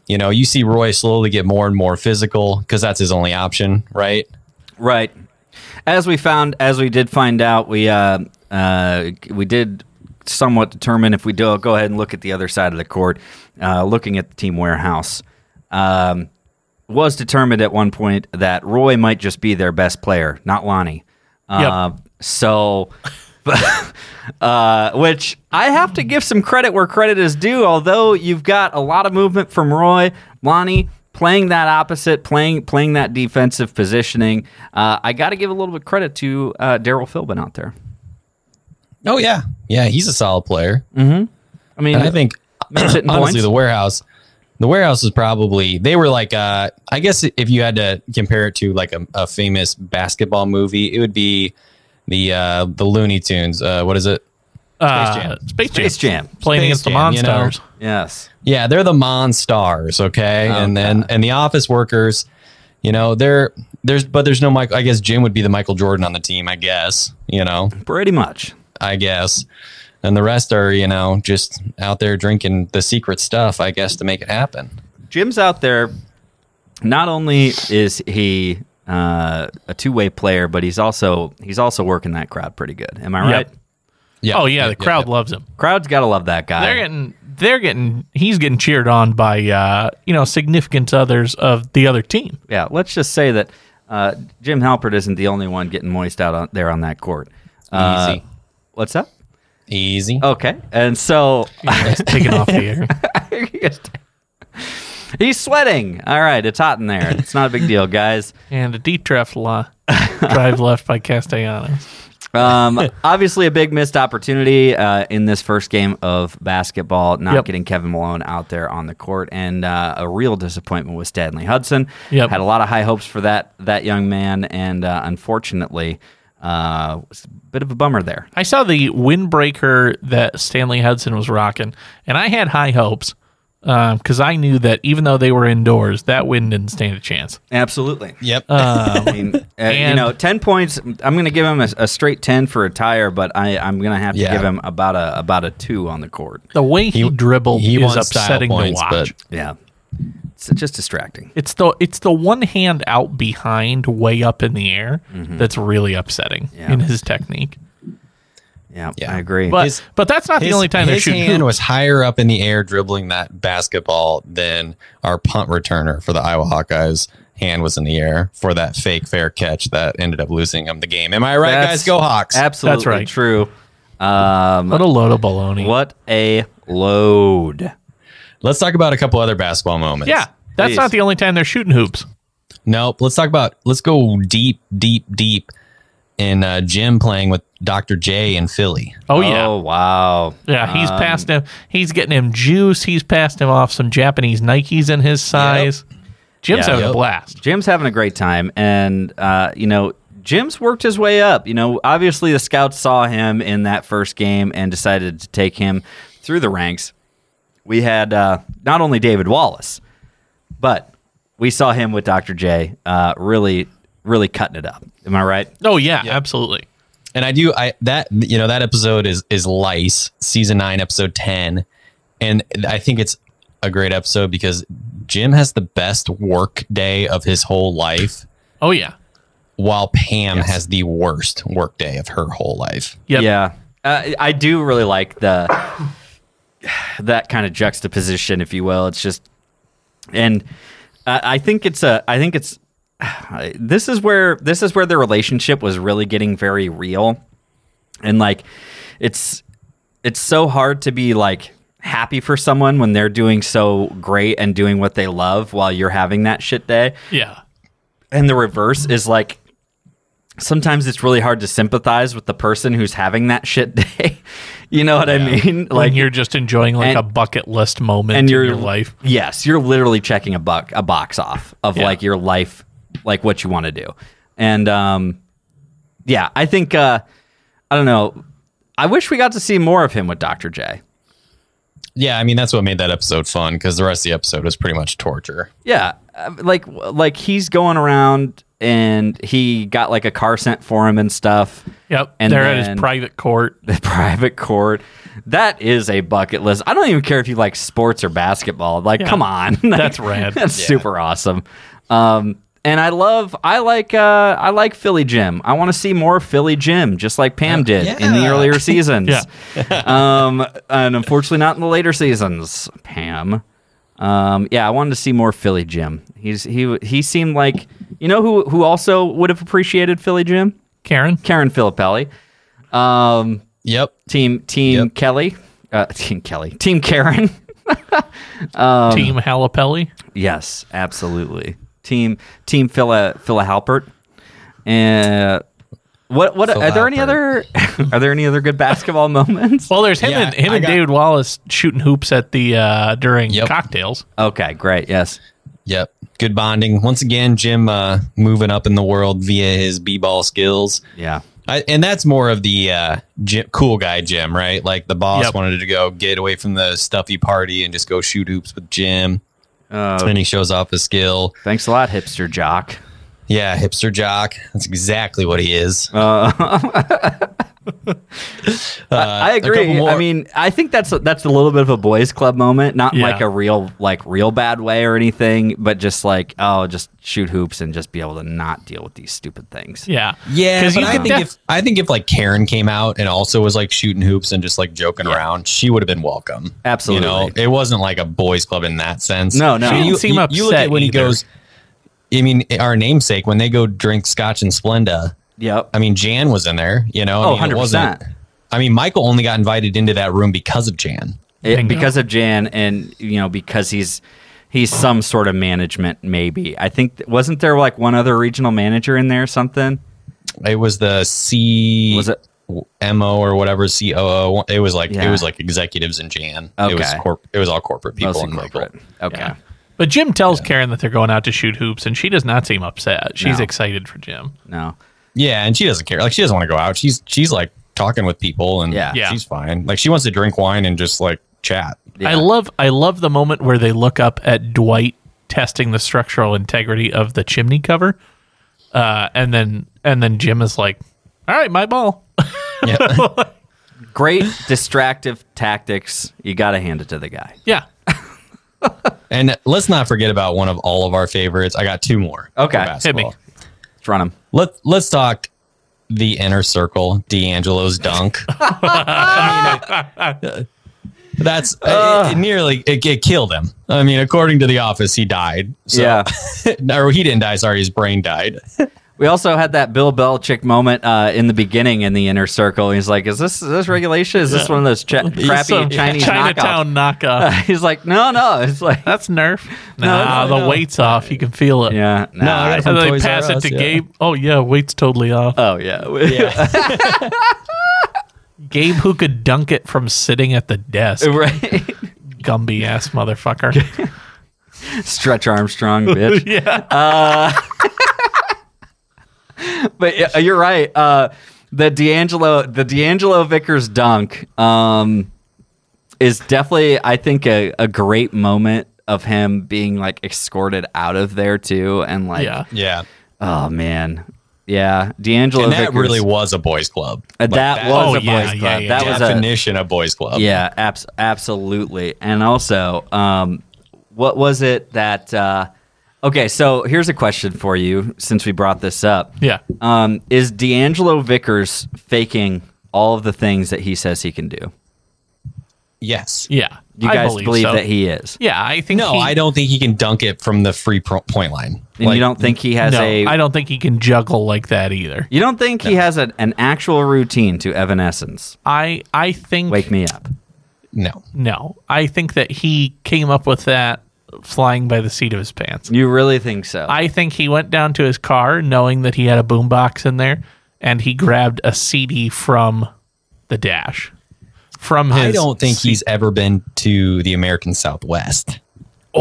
S3: You know, you see Roy slowly get more and more physical because that's his only option, right?
S1: Right. As we found, as we did find out, we uh, uh, we did somewhat determine if we do go ahead and look at the other side of the court, uh, looking at the team warehouse. Um, was determined at one point that Roy might just be their best player, not Lonnie. Uh, So, uh, which I have to give some credit where credit is due. Although you've got a lot of movement from Roy, Lonnie playing that opposite, playing playing that defensive positioning. Uh, I got to give a little bit credit to uh, Daryl Philbin out there.
S3: Oh yeah, yeah, he's a solid player.
S1: I mean,
S3: And I think
S1: Man's hitting
S3: honestly,
S1: Mm-hmm. points.
S3: the warehouse, the warehouse is probably they were like, uh, I guess if you had to compare it to like a, a famous basketball movie, it would be the uh, the Looney Tunes. Uh, what is it?
S2: Uh,
S3: Jam.
S2: Space Jam.
S1: Space Jam.
S2: Playing
S3: Space
S2: against the
S3: Jam, you know.
S2: Monstars.
S1: yes,
S3: Yeah, they're the Monstars, okay? and then and the office workers, You know, there, there's, but there's no Michael. I guess Jim would be the Michael Jordan on the team. I guess. You know,
S1: Pretty much.
S3: I guess. And the rest are, you know, just out there drinking the secret stuff. I guess to make it happen.
S1: Jim's out there. Not only is he uh, a two-way player, but he's also he's also working that crowd pretty good. Am I right?
S2: Yep. Oh yeah, the crowd loves him.
S1: Crowd's got to love that guy.
S2: They're getting they're getting he's getting cheered on by uh, you know significant others of the other team.
S1: yeah, let's just say that uh, Jim Halpert isn't the only one getting moist out on, there on that court. Uh,
S3: Easy.
S1: What's up?
S3: Easy.
S1: Okay, and so
S2: It's taken off the air.
S1: he's sweating. All right, it's hot in there. It's not a big deal, guys.
S2: And a deep draft la- drive left by Castellanos.
S1: Um, obviously, a big missed opportunity uh, in this first game of basketball, not
S2: Yep.
S1: getting Kevin Malone out there on the court, and uh, a real disappointment with Stanley Hudson.
S2: Yep.
S1: Had a lot of high hopes for that that young man, and uh, unfortunately, uh, was a bit of a bummer there.
S2: I saw the windbreaker that Stanley Hudson was rocking, and I had high hopes because I knew that even though they were indoors, that wind didn't stand a chance.
S1: Absolutely.
S3: Yep.
S1: I mean, uh, you
S2: And-
S1: know, ten points. I'm going to give him a, a straight ten for a tire, but I, I'm going to have to
S3: Yeah.
S1: give him about a about a two on the court.
S2: The way he, dribbled
S3: he
S2: is
S3: won style
S2: upsetting
S3: points,
S2: to watch.
S1: Yeah, it's just distracting.
S2: It's the it's the one hand out behind, way up in the air,
S3: Mm-hmm.
S2: that's really upsetting
S1: Yeah.
S2: in his technique.
S1: Yeah,
S3: Yeah.
S1: I agree.
S2: But
S3: His-
S2: but that's not the only time they're
S3: his
S2: shooting.
S3: hand
S2: hoops.
S3: was higher up in the air dribbling that basketball than our punt returner for the Iowa Hawkeyes. Hand was in the air for that fake fair catch that ended up losing them the game. Am I right,
S1: That's
S3: guys? Go Hawks!
S1: absolutely
S2: That's right.
S1: true. Um,
S2: what a load of baloney!
S1: what a load.
S3: Let's talk about a couple other basketball moments.
S2: Yeah, that's
S1: Please.
S2: not the only time they're shooting hoops.
S3: Nope. Let's talk about. Let's go deep, deep, deep in uh, Jim playing with Dr. J in Philly.
S2: Oh yeah,
S1: Oh wow. Um,
S2: Yeah, he's passed him. He's getting him juice. He's passed him off some Japanese Nikes in his size. Jim's
S1: Yeah.
S2: having
S3: Yep.
S2: a blast.
S1: Jim's having a great time, and uh, you know, Jim's worked his way up. You know, obviously the scouts saw him in that first game and decided to take him through the ranks. We had uh, not only David Wallace, but we saw him with Dr. J, uh, really, really cutting it up. Am I right?
S2: Oh yeah, absolutely.
S3: and I do I that you know that episode is is lice season nine episode ten, and I think it's a great episode because Jim has the best work day of his whole life,
S2: Oh yeah.
S3: while Pam has the worst work day of her whole life.
S2: Yep.
S1: Yeah, uh, I do really like the that kind of juxtaposition, if you will. It's just, and uh, I think it's a, I think it's this is where this is where their relationship was really getting very real, and like it's it's so hard to be like happy for someone when they're doing so great and doing what they love while you're having that shit day
S2: Yeah.
S1: and the reverse is like sometimes it's really hard to sympathize with the person who's having that shit day. you know what I mean?
S2: Like
S1: Like
S2: you're just enjoying like
S1: and-
S2: a bucket list moment
S1: and
S2: in
S1: you're-
S2: your life.
S1: Yes, you're literally checking a buck a box off of
S2: Yeah.
S1: like your life, like what you want to do, and um, yeah, I think uh, I don't know. I wish we got to see more of him with Dr. J.
S3: Yeah, I mean that's what made that episode fun because the rest of the episode was pretty much torture.
S1: Yeah, uh, like like he's going around and he got like a car sent for him and stuff.
S2: Yep.
S1: And
S2: They're at
S1: then-
S2: his private court.
S1: the private court. That is a bucket list. I don't even care if you like sports or basketball. Like,
S2: Yeah.
S1: come on,
S2: That's rad.
S1: That's super awesome. Um, and I love, I like, uh, I like Philly Jim. I want to see more Philly Jim, just like Pam did in the
S3: yeah.
S1: earlier seasons.
S2: Yeah.
S1: um, and unfortunately, not in the later seasons, Pam. Um, yeah, I wanted to see more Philly Jim. He's he he seemed like you know who who also would have appreciated Philly Jim,
S2: Karen.
S1: Karen Filippelli. Um,
S3: Yep.
S1: Team Team
S3: Yep.
S1: Kelly, uh, Team Kelly, Team Karen. Um,
S2: Team Halapelli.
S1: yes, absolutely. Team Team Phila Phila Halpert. And what what
S3: Phil
S1: are there any other
S3: Halpert.
S1: are there any other good basketball moments?
S2: Well, there's him
S3: Yeah,
S2: and him
S3: I
S2: and
S3: got-
S2: David Wallace shooting hoops at the uh during
S3: Yep.
S2: cocktails.
S1: Okay, great. Yes.
S3: Yep. Good bonding. Once again, Jim uh, moving up in the world via his b ball skills.
S1: Yeah.
S3: I, and that's more of the uh, Jim, cool guy Jim, right? Like the boss
S2: Yep.
S3: wanted to go get away from the stuffy party and just go shoot hoops with Jim.
S1: Uh,
S3: and then he shows off his skill.
S1: Thanks a lot, hipster jock.
S3: Yeah, hipster jock. That's exactly what he is. Uh,
S1: I
S3: a couple
S1: agree.
S3: more.
S1: I mean, I think that's that's a little bit of a boys' club moment, not
S2: Yeah.
S1: like a real like real bad way or anything, but just like oh, just shoot hoops and just be able to not deal with these stupid things.
S2: Yeah.
S3: Yeah,
S2: Because
S3: but
S2: you
S3: I
S2: could
S3: think
S2: def-
S3: if I think if like Karen came out and also was like shooting hoops and just like joking around, she would have been welcome.
S1: Absolutely.
S3: you know, it wasn't like a boys' club in that sense.
S1: No, no. She didn't
S3: you,
S2: seem
S3: you, you look
S2: upset
S3: at when he
S2: either.
S3: goes. I mean, our namesake when they go drink scotch and Splenda.
S1: Yep.
S3: I mean, Jan was in there. You know, I
S1: Oh,
S3: mean, it
S1: 100%.
S3: wasn't- I mean, Michael only got invited into that room because of Jan.
S1: It-
S2: Bingo.
S1: because of Jan, and you know because he's he's some sort of management. Maybe I think wasn't there like one other regional manager in there or something?
S3: It was the C
S1: Was it-
S3: mo or whatever COO. It was like
S1: Yeah.
S3: it was like executives and Jan. It was
S1: Okay.
S3: corp- It was all corporate people
S1: Mostly
S3: and Michael.
S1: corporate. Okay.
S2: Yeah. But Jim tells Karen that they're going out to shoot hoops, and she does not seem upset. She's
S1: No.
S2: excited for Jim.
S1: No.
S3: Yeah, and she doesn't care. Like she doesn't want to go out. She's she's like talking with people and
S1: Yeah.
S2: Yeah.
S3: she's fine. Like she wants to drink wine and just like chat.
S1: Yeah.
S2: I love I love the moment where they look up at Dwight testing the structural integrity of the chimney cover, uh, and then and then Jim is like, "All right, my ball."
S1: Great distractive tactics. You got to hand it to the guy.
S2: yeah,
S3: And let's not forget about one of all of our favorites. I got two more.
S1: Okay.
S3: for
S2: hit me.
S3: basketball.
S1: Let's run him.
S3: Let let's talk the inner circle, D'Angelo's dunk. I mean, uh, that's it- it, nearly it, it killed him. I mean, according to the office, he died. So,
S1: Yeah.
S3: or he didn't die. Sorry, his brain died.
S1: We also had that Bill Belichick moment uh, in the beginning in the inner circle. He's like, "Is this is this regulation? Is this one of those ch- crappy
S2: Some
S1: Chinese knockoffs?"
S2: Chinatown knockoff.
S1: He's like, "No, no." It's like,
S2: That's Nerf.
S1: No,
S2: Nah,
S1: no,
S2: the
S1: no.
S2: weight's off. You can feel it.
S1: yeah, nah.
S3: I got it from
S2: And then they
S3: Toys R
S2: pass it
S3: Us,
S2: to
S3: yeah.
S2: Gabe. Oh yeah, weight's totally off.
S1: Oh yeah, yeah.
S2: Gabe who could dunk it from sitting at the desk.
S1: right.
S2: Gumby ass motherfucker.
S1: Stretch Armstrong, bitch. Uh,
S2: yeah.
S1: but yeah, you're right. Uh, the D'Angelo, the D'Angelo Vickers dunk um, is definitely, I think, a, a great moment of him being like escorted out of there too, and like,
S2: yeah.
S3: Yeah.
S1: oh man, yeah, D'Angelo
S3: And that
S1: Vickers
S3: really was a boys' club.
S1: Uh,
S3: Like,
S1: that, was
S2: Oh,
S1: a boys'
S2: yeah,
S1: club.
S2: yeah, yeah,
S1: that
S2: yeah.
S1: was a
S3: definition of boys' club.
S1: yeah, abs- absolutely. And also, um, what was it that? Uh, okay, so here's a question for you, since we brought this up.
S2: Yeah.
S1: Um, is D'Angelo Vickers faking all of the things that he says he can do?
S3: Yes.
S2: Yeah.
S1: You
S2: I
S1: guys
S2: believe,
S1: believe,
S2: so.
S1: that he is?
S2: Yeah, I think
S3: No,
S2: he-
S3: I don't think he can dunk it from the free pro- point line.
S1: And you don't think he has
S2: no,
S1: a?
S2: I don't think he can juggle like that either.
S1: You don't think he has an an actual routine to Evanescence?
S2: I I think
S1: Wake me up.
S3: No.
S2: no, I think that he came up with that flying by the seat of his pants.
S1: You really think so?
S2: I think he went down to his car knowing that he had a boombox in there, and he grabbed a CD from the dash. From his,
S3: I don't think he's ever been to the American Southwest.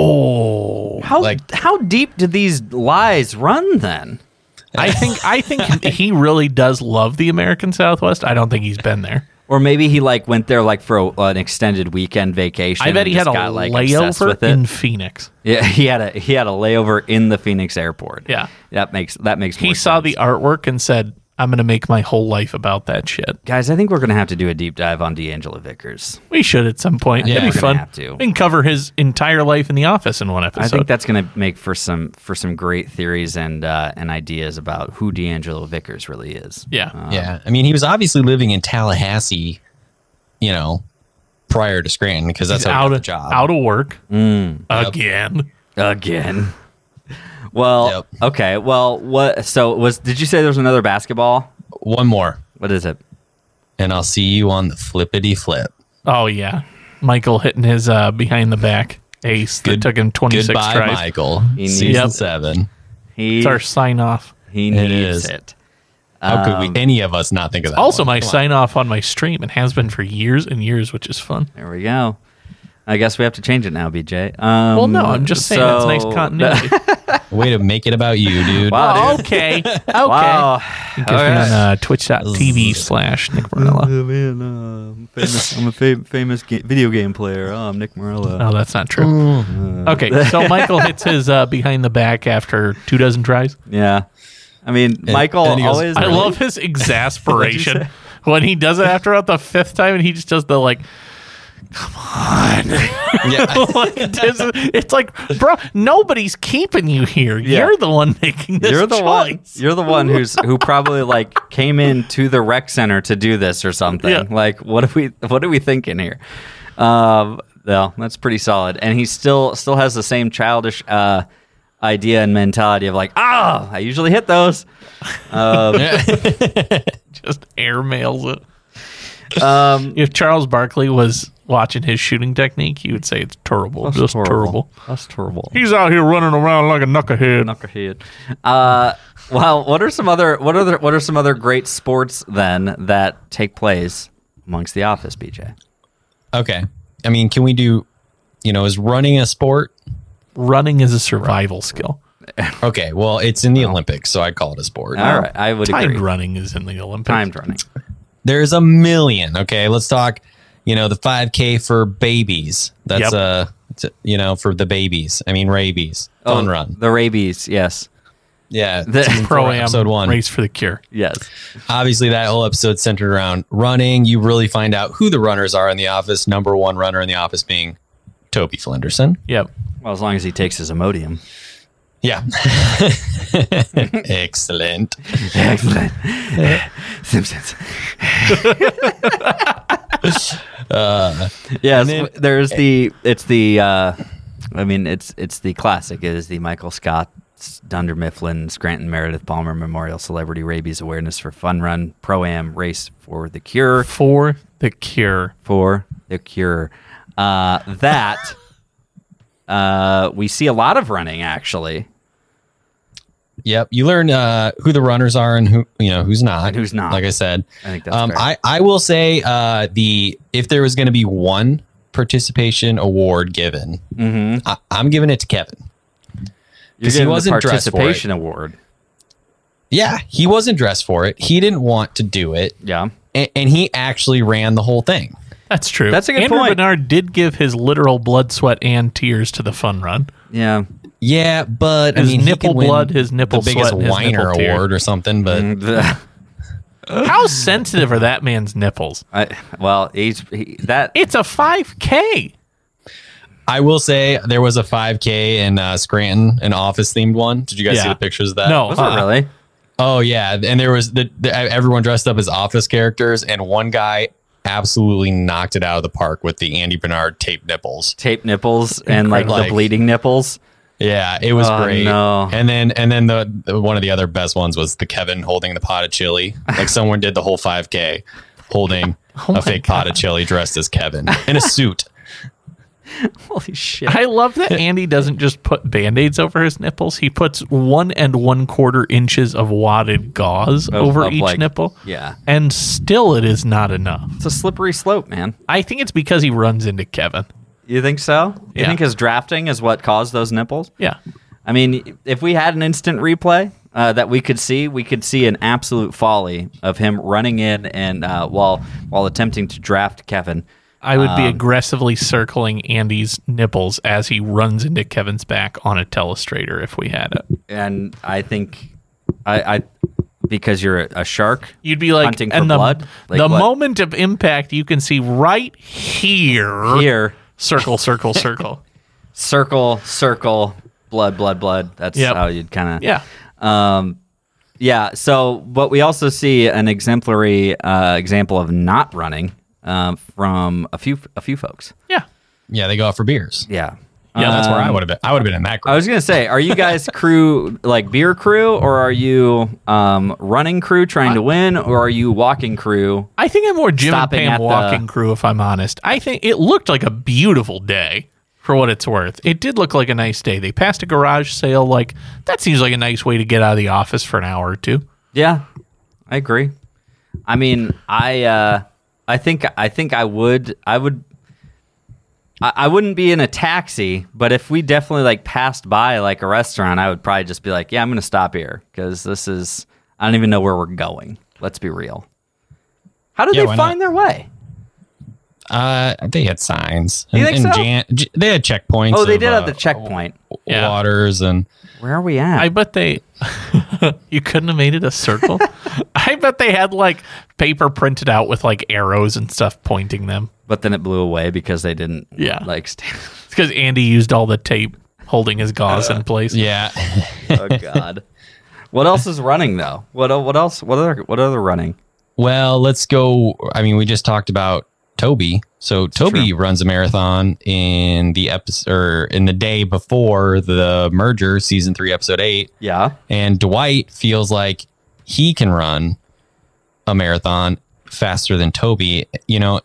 S2: Oh,
S1: how
S3: like-
S1: how deep do these lies run then?
S2: I think I think he really does love the American Southwest. I don't think he's been there.
S1: Or maybe he like went there like for a, an extended weekend vacation.
S2: I bet
S1: and
S2: he
S1: just
S2: had a
S1: got, like, obsessed
S2: layover
S1: with it.
S2: in Phoenix.
S1: yeah, he had a he had a layover in the Phoenix airport.
S2: Yeah.
S1: that makes that makes.
S2: He
S1: more
S2: saw
S1: sense.
S2: the artwork and said, "I'm going to make my whole life about that shit."
S1: guys. I think we're gonna have to do a deep dive on D'Angelo Vickers.
S2: We should at some point.
S3: Yeah.
S2: That'd be
S1: We're gonna
S2: fun.
S1: have to.
S2: We can cover his entire life in the office in one episode.
S1: I think that's gonna make for some for some great theories and uh, and ideas about who D'Angelo Vickers really is.
S2: yeah.
S3: yeah. I mean, he was obviously living in Tallahassee, you know, prior to Scranton because that's
S2: He's
S3: how he
S2: out
S3: got the
S2: of
S3: job. Mm.
S2: out of work again.
S1: Again. Well,
S3: Yep.
S1: okay. Well, what? So was did you say there was another basketball?
S3: One more,
S1: What is it?
S3: and I'll see you on the flippity flip.
S2: Oh yeah, Michael hitting his uh, behind the back ace that
S3: Good-
S2: took him 26
S3: Goodbye,
S2: tries.
S3: Michael.
S1: needs-
S3: Season
S2: Yep.
S3: seven.
S1: He
S2: It's our sign off.
S1: he
S3: It
S1: needs
S3: is.
S1: it.
S3: How
S1: Um,
S3: could we, any of us, not think of that?
S2: Also,
S3: one?
S2: my
S3: Come on.
S2: sign off on my stream and has been for years and years, which is fun.
S1: There we go. I guess we have to change it now, BJ. Um,
S2: Well, no, I'm just saying it's nice
S1: so-
S2: continuity.
S3: Way to make it about you, dude.
S1: Wow.
S2: Oh, okay. Okay.
S1: Wow.
S2: You can
S3: Oh,
S2: catch me on uh, twitch.tv slash Nick Morella.
S1: Oh, man, uh, I'm, famous, I'm a fam- famous ga- video game player. Oh, I'm Nick Morella.
S2: No, that's not true. Okay, so Michael hits his uh, behind the back after two dozen tries.
S1: Yeah. I mean, Michael
S3: and he goes,
S1: always.
S2: I
S1: really-
S2: love his exasperation when he does it after about the fifth time, and he just does the like.
S3: Yeah.
S2: like, it's, it's like, bro, nobody's keeping you here.
S1: Yeah.
S2: You're the one making this
S1: You're the one.
S2: choice.
S1: You're the one who's who probably like came in to the rec center to do this or something.
S2: Yeah.
S1: Like, what are we? What are we thinking here? Um, well, that's pretty solid. And he still still has the same childish uh, idea and mentality of like, ah, I usually hit those. Um,
S2: Just airmails it.
S1: um,
S2: If Charles Barkley was watching his shooting technique, he would say it's terrible. just terrible.
S1: That's terrible.
S2: He's out here running around like a knuckerhead.
S1: Knuckerhead. Uh, well, what are some other what are the, what are some other great sports then that take place amongst the office, BJ?
S3: okay. I mean, can we do? You know, is running a sport?
S2: Running is a survival skill.
S3: Okay. Well, it's in the Olympics, so I call it a sport.
S1: All right, I would
S2: Timed
S1: agree.
S2: running is in the Olympics.
S1: Timed running.
S3: There's a million. Okay, let's talk. You know, the 5K for babies.
S2: Yep.
S3: That's uh it's, uh, you know, for the babies. I mean, rabies. Fun run.
S1: The rabies. Yes.
S3: Yeah.
S1: Oh. The-
S3: season four,
S2: Pro
S3: episode one.
S2: am race for the cure.
S1: Yes.
S3: Obviously, that whole episode centered around running. You really find out who the runners are in the office. Number one runner in the office being Toby Flenderson.
S2: Yep.
S1: Well, as long as he takes his Imodium.
S3: Yeah. Excellent.
S1: Excellent. Simpsons.
S3: Uh,
S1: yes, there's the it's the uh, I mean it's it's the classic. It is the Michael Scott, Dunder Mifflin, Scranton Meredith Palmer Memorial Celebrity Rabies Awareness for Fun Run Pro Am Race for the Cure
S2: For the cure.
S1: for the cure. Uh, that uh, we see a lot of running actually,
S3: Yep. You learn uh, who the runners are and who you know who's not.
S1: And who's not.
S3: Like I said.
S1: I think that's
S3: um,
S1: fair.
S3: I I will say uh, the if there was going to be one participation award given, I, I'm giving it to Kevin.
S1: You're
S3: 'Cause he
S1: Mm-hmm. getting
S3: wasn't
S1: the
S3: dressed for it.
S1: participation award.
S3: Yeah, he wasn't dressed for it. He didn't want to do it,
S1: Yeah.
S3: and, and he actually ran the whole thing.
S2: That's true.
S1: That's a good
S2: Andrew
S1: point.
S2: Bernard did give his literal blood, sweat, and tears to the fun run.
S1: Yeah.
S3: Yeah, but I
S2: His
S3: mean, he
S2: nipple
S3: could win
S2: blood, his nipple
S3: the biggest
S2: sweat, and his
S3: whiner
S2: nipple tear.
S3: award or something. But
S1: Mm-hmm.
S2: How sensitive are that man's nipples?
S1: I, well, he's he, that.
S2: It's a 5K.
S3: I will say there was a 5K in uh, Scranton, an office themed one. Did you guys see
S2: Yeah.
S3: the pictures of that?
S2: No.
S1: Was it
S2: uh-uh.
S1: really?
S3: Oh yeah, and there was the, the everyone dressed up as office characters, and one guy absolutely knocked it out of the park with the Andy Bernard tape nipples.
S1: Tape nipples and like the
S3: Like-
S1: bleeding nipples.
S3: Yeah, it was
S1: Oh,
S3: great.
S1: no.
S3: And then and then the, the- one of the other best ones was the Kevin holding the pot of chili. Like someone did the whole 5K holding
S1: Oh
S2: my
S3: a fake pot of chili dressed as Kevin in a suit.
S1: Holy shit!
S2: I love that Andy doesn't just put band-aids over his nipples. He puts one and one quarter inches of wadded gauze over
S1: of,
S2: each
S1: like-
S2: nipple.
S1: yeah.
S2: And still it is not enough.
S1: It's a slippery slope, man.
S2: I think it's because he runs into Kevin.
S1: You think so? You
S2: Yeah.
S1: think his drafting is what caused those nipples?
S2: Yeah.
S1: I mean, if we had an instant replay uh, that we could see, we could see an absolute folly of him running in and uh, while while attempting to draft Kevin.
S2: I would
S1: Um,
S2: be aggressively circling Andy's nipples as he runs into Kevin's back on a telestrator if we had it.
S1: And I think, I, I because you're a, a shark,
S2: You'd be like,
S1: Hunting for
S2: and the,
S1: blood? Like
S2: the
S1: what?
S2: moment of impact you can see right here.
S1: here
S2: Circle, circle, circle.
S1: circle, circle, blood, blood, blood. That's
S2: Yep.
S1: how you'd kind of
S2: Yeah.
S1: Um, yeah. So, but we also see an exemplary uh, example of not running um, from a few a few folks.
S2: Yeah.
S3: Yeah, they go out for beers.
S1: Yeah.
S3: Yeah, that's where I
S1: Um,
S3: would have been. I would have been in that
S1: I
S3: group.
S1: was gonna say, are you guys crew like beer crew, or are you um, running crew trying to win, or are you walking crew?
S2: I think I'm more Jim
S1: Stopping
S2: and
S1: at
S2: Pam
S1: the-
S2: walking crew, if I'm honest. I think it looked like a beautiful day for what it's worth. It did look like a nice day. They passed a garage sale. Like, that seems like a nice way to get out of the office for an hour or two.
S1: Yeah, I agree. I mean, I uh, I think I think I would I would I, I wouldn't be in a taxi, but if we definitely like passed by like a restaurant, I would probably just be like, yeah, I'm going to stop here because this is, I don't even know where we're going. Let's be real. How did
S3: Yeah,
S1: they
S3: why
S1: find their way?
S3: Uh, they had signs.
S1: You think so?
S3: Jan- J- they had checkpoints.
S1: Oh, they
S3: of,
S1: did
S3: uh,
S1: at the checkpoint.
S2: Yeah.
S3: Waters and
S1: Where are we at?
S2: I bet they. you couldn't have made it a circle. I bet they had like paper printed out with like arrows and stuff pointing them
S1: but then it blew away because they didn't.
S2: Yeah.
S1: Like, st-
S2: because Andy used all the tape holding his gauze in place.
S3: yeah,
S1: oh god. What else is running though? What what else? What other what other running?
S3: Well, let's go. I mean, we just talked about Toby. So Toby runs a marathon in the episode or in the day before the merger, season three, episode eight.
S1: Yeah.
S3: And Dwight feels like he can run a marathon faster than Toby. You know,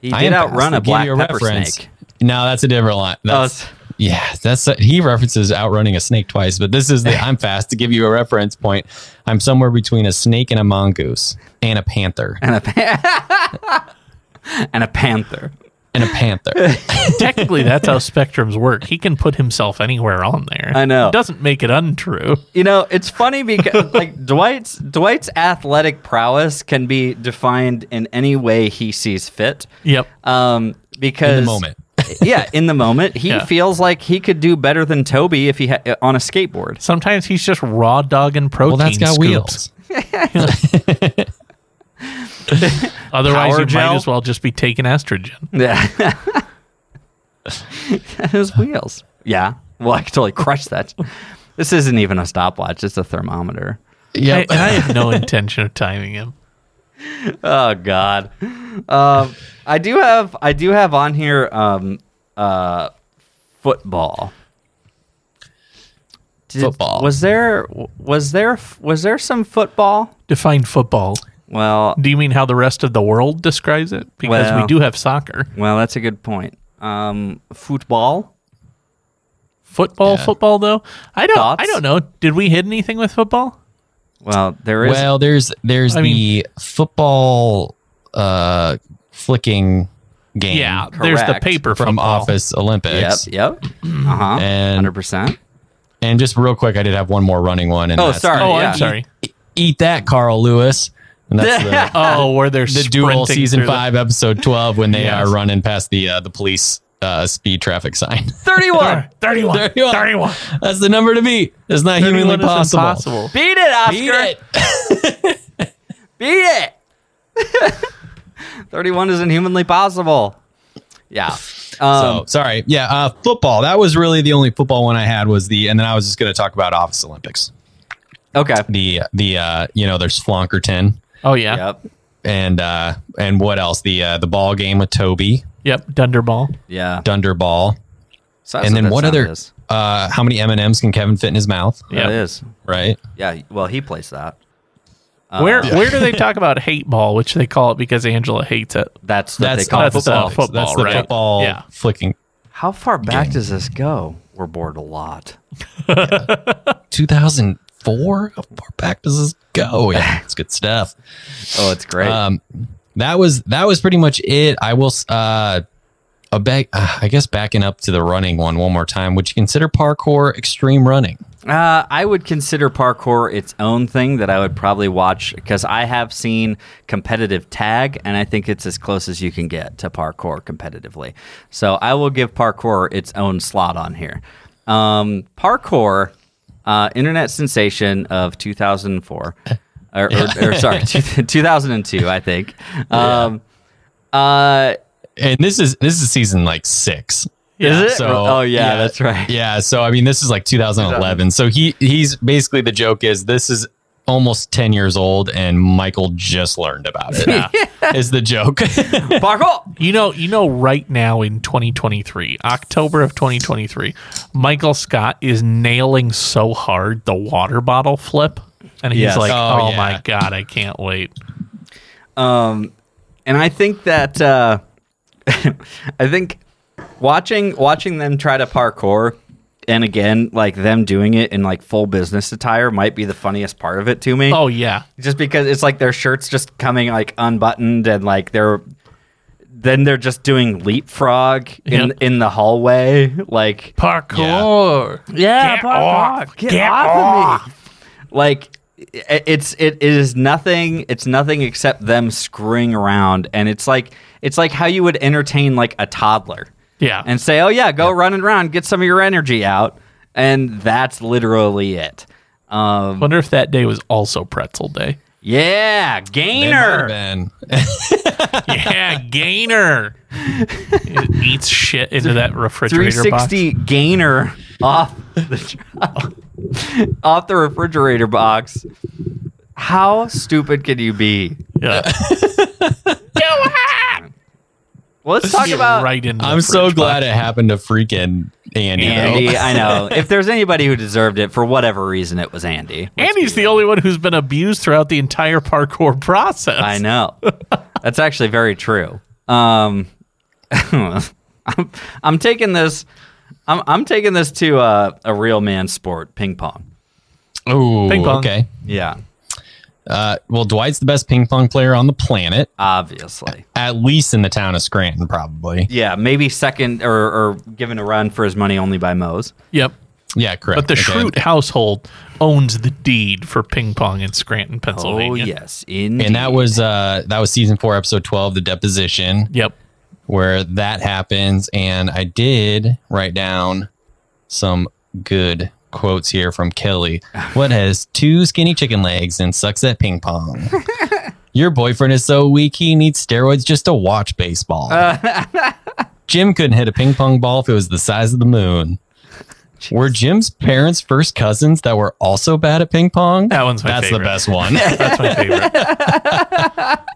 S1: He did outrun a
S3: Give you
S1: black pepper snake.
S3: No, that's a different line.
S1: Oh,
S3: That's, yeah, that's he references outrunning a snake twice, but this is the I'm fast to give you a reference point. I'm somewhere between a snake and a mongoose and a panther
S1: and a pa- and a panther.
S3: and a panther.
S2: Technically, that's how spectrums work. He can put himself anywhere on there.
S1: I know.
S2: It doesn't make it untrue.
S1: You know, it's funny because like Dwight's Dwight's athletic prowess can be defined in any way he sees fit.
S2: Yep.
S1: Um, because
S3: In the moment.
S1: yeah, in the moment, he
S2: Yeah.
S1: feels like he could do better than Toby if he ha- on a skateboard.
S2: Sometimes he's just raw dogging protein.
S3: Well, that's got
S2: scoops.
S3: wheels.
S2: Otherwise,
S1: Power
S2: you
S1: gel?
S2: might as well just be taking estrogen.
S1: Yeah. His wheels. Yeah. Well, I could totally crush that. This isn't even a stopwatch, it's a thermometer.
S3: Yeah,
S2: I- and I have no intention of timing him.
S1: Oh God. Um, I do have I do have on here um uh football. Did-
S3: Football.
S1: Was there was there was there some football?
S2: Define football.
S1: Well,
S2: Do you mean how the rest of the world describes it? Because
S1: Well-
S2: we do have soccer.
S1: well, that's a good point. Um, football.
S2: Football,
S3: Yeah.
S2: football though. I don't
S1: Thoughts?
S2: I don't know. Did we hit anything with football?
S1: Well, there is.
S3: well, there's there's
S2: I
S3: the
S2: mean-
S3: football uh flicking game
S2: Yeah. There's the
S1: correct.
S2: paper
S3: from
S2: football.
S3: Office Olympics.
S1: Yep. Yep. Uh huh.
S3: And-
S1: Hundred percent.
S3: And just real quick, I did have one more running one. And
S1: Oh,
S3: that's-
S1: sorry.
S2: Oh,
S1: yeah.
S2: I'm sorry.
S3: Eat that, Carl Lewis. And that's the,
S2: Oh, where they're
S3: the
S2: sprinting
S3: duel season
S2: through the-
S3: five episode 12 when they
S2: Yes.
S3: are running past the uh, the police uh, speed traffic sign
S1: Thirty-one.
S2: 31,
S3: 31.
S2: 31.
S3: that's the number to beat it's not humanly
S2: 31 is
S3: possible,
S2: impossible.
S1: Beat it, Oscar.
S3: beat it
S1: Beat it. 31 isn't humanly possible. Yeah.
S3: so
S1: Um,
S3: sorry yeah uh, football that was really the only football one i had was the and then i was just going to talk about office olympics
S1: okay.
S3: the the uh, you know there's flonkerton
S2: Oh yeah. Yep.
S1: Yep.
S3: and uh, and what else the uh, the ball game with toby
S2: Dunderball.
S1: Yeah.
S3: dunderball
S1: So that's
S3: and then
S1: that
S3: what
S1: sound
S3: other
S1: Is.
S3: uh, how many m&ms can kevin fit in his mouth
S1: Yeah.
S2: Yeah.
S1: It is.
S3: right
S1: Yeah. Well, he plays that. Um,
S2: where where do they talk about hate ball, which they call it because Angela hates it?
S1: That's what
S3: that's
S1: they call
S3: that's
S1: it.
S2: the
S3: football.
S2: football,
S3: that's the
S2: right?
S3: football
S2: Yeah.
S3: flicking
S1: How far back does this go? We're bored a lot.
S3: 2004 how far back does this go yeah it's good stuff
S1: Oh, it's great.
S3: um that was that was pretty much it i will s- uh a back uh, i guess backing up to the running one one more time would you consider parkour extreme running
S1: Uh, I would consider parkour its own thing that I would probably watch because I have seen competitive tag, and I think it's as close as you can get to parkour competitively. So I will give parkour its own slot on here. Um, parkour, uh, internet sensation of 2004, or, or, or sorry, 2002, I think. Um, uh,
S3: and this is this is season like six
S2: Yeah.
S1: Is it? Oh, yeah, that's right.
S3: yeah so i mean this is like 2011 so he he's basically the joke is this is almost 10 years old and michael just learned about it is the joke
S1: parkour.
S2: You know, you know, right now in 2023, October of 2023, Michael Scott is nailing so hard the water bottle flip, and he's
S1: Yes.
S2: like,
S3: Oh,
S2: "Oh,
S3: yeah.
S2: my god, I can't wait."
S1: Um, and I think that uh, I think watching watching them try to parkour and again like them doing it in like full business attire might be the funniest part of it to me.
S2: Oh yeah,
S1: Just because it's like their shirts just coming like unbuttoned and like they're then they're just doing leapfrog in
S2: Yep.
S1: in the hallway, like
S2: Parkour.
S1: yeah,
S2: Get off.
S1: get,
S2: Get
S1: off, of me. Like i- it's it is nothing. It's nothing except them screwing around, and it's like it's like how you would entertain like a toddler
S2: Yeah.
S1: and say, "Oh yeah, go running around, get some of your energy out," and that's literally it. Um,
S2: Wonder if that day was also pretzel day.
S1: yeah,
S3: It might have
S1: gainer.
S3: been.
S2: yeah, gainer. It eats shit into that refrigerator box.
S1: 360 gainer off the truck, off the refrigerator box. How stupid can you be?
S2: Yeah.
S1: Well, let's talk about
S2: right into the
S3: I'm so
S2: fridge
S3: glad
S2: box.
S3: it happened to freaking Andy. though.
S1: Andy. I know if there's anybody who deserved it for whatever reason, it was Andy.
S2: Andy's the only one who's been abused throughout the entire parkour process.
S1: I know that's actually very true. Um, I'm, I'm taking this. I'm, I'm taking this to uh, a real man sport, ping pong.
S3: Oh,
S2: Ping pong.
S3: okay.
S1: Yeah,
S3: Uh, well, Dwight's the best ping pong player on the planet,
S1: obviously.
S3: at least in the town of Scranton, probably.
S1: Yeah, maybe second or, or given a run for his money only by Moe's.
S2: Yep.
S3: Yeah, correct.
S2: But the Schrute household owns the deed for ping pong in Scranton,
S1: Oh
S2: Pennsylvania.
S1: yes, in
S3: And that was uh, that was season four, episode twelve, the deposition,
S2: Yep.
S3: where that happens. And I did write down some good quotes here from Kelly. What has two skinny chicken legs and sucks at ping pong? Your boyfriend is so weak he needs steroids just to watch baseball. Jim couldn't hit a ping pong ball if it was the size of the moon. Were Jim's parents first cousins that were also bad at ping pong?
S2: That one's my
S3: That's
S2: favorite.
S3: the best one.
S2: That's my favorite.
S1: that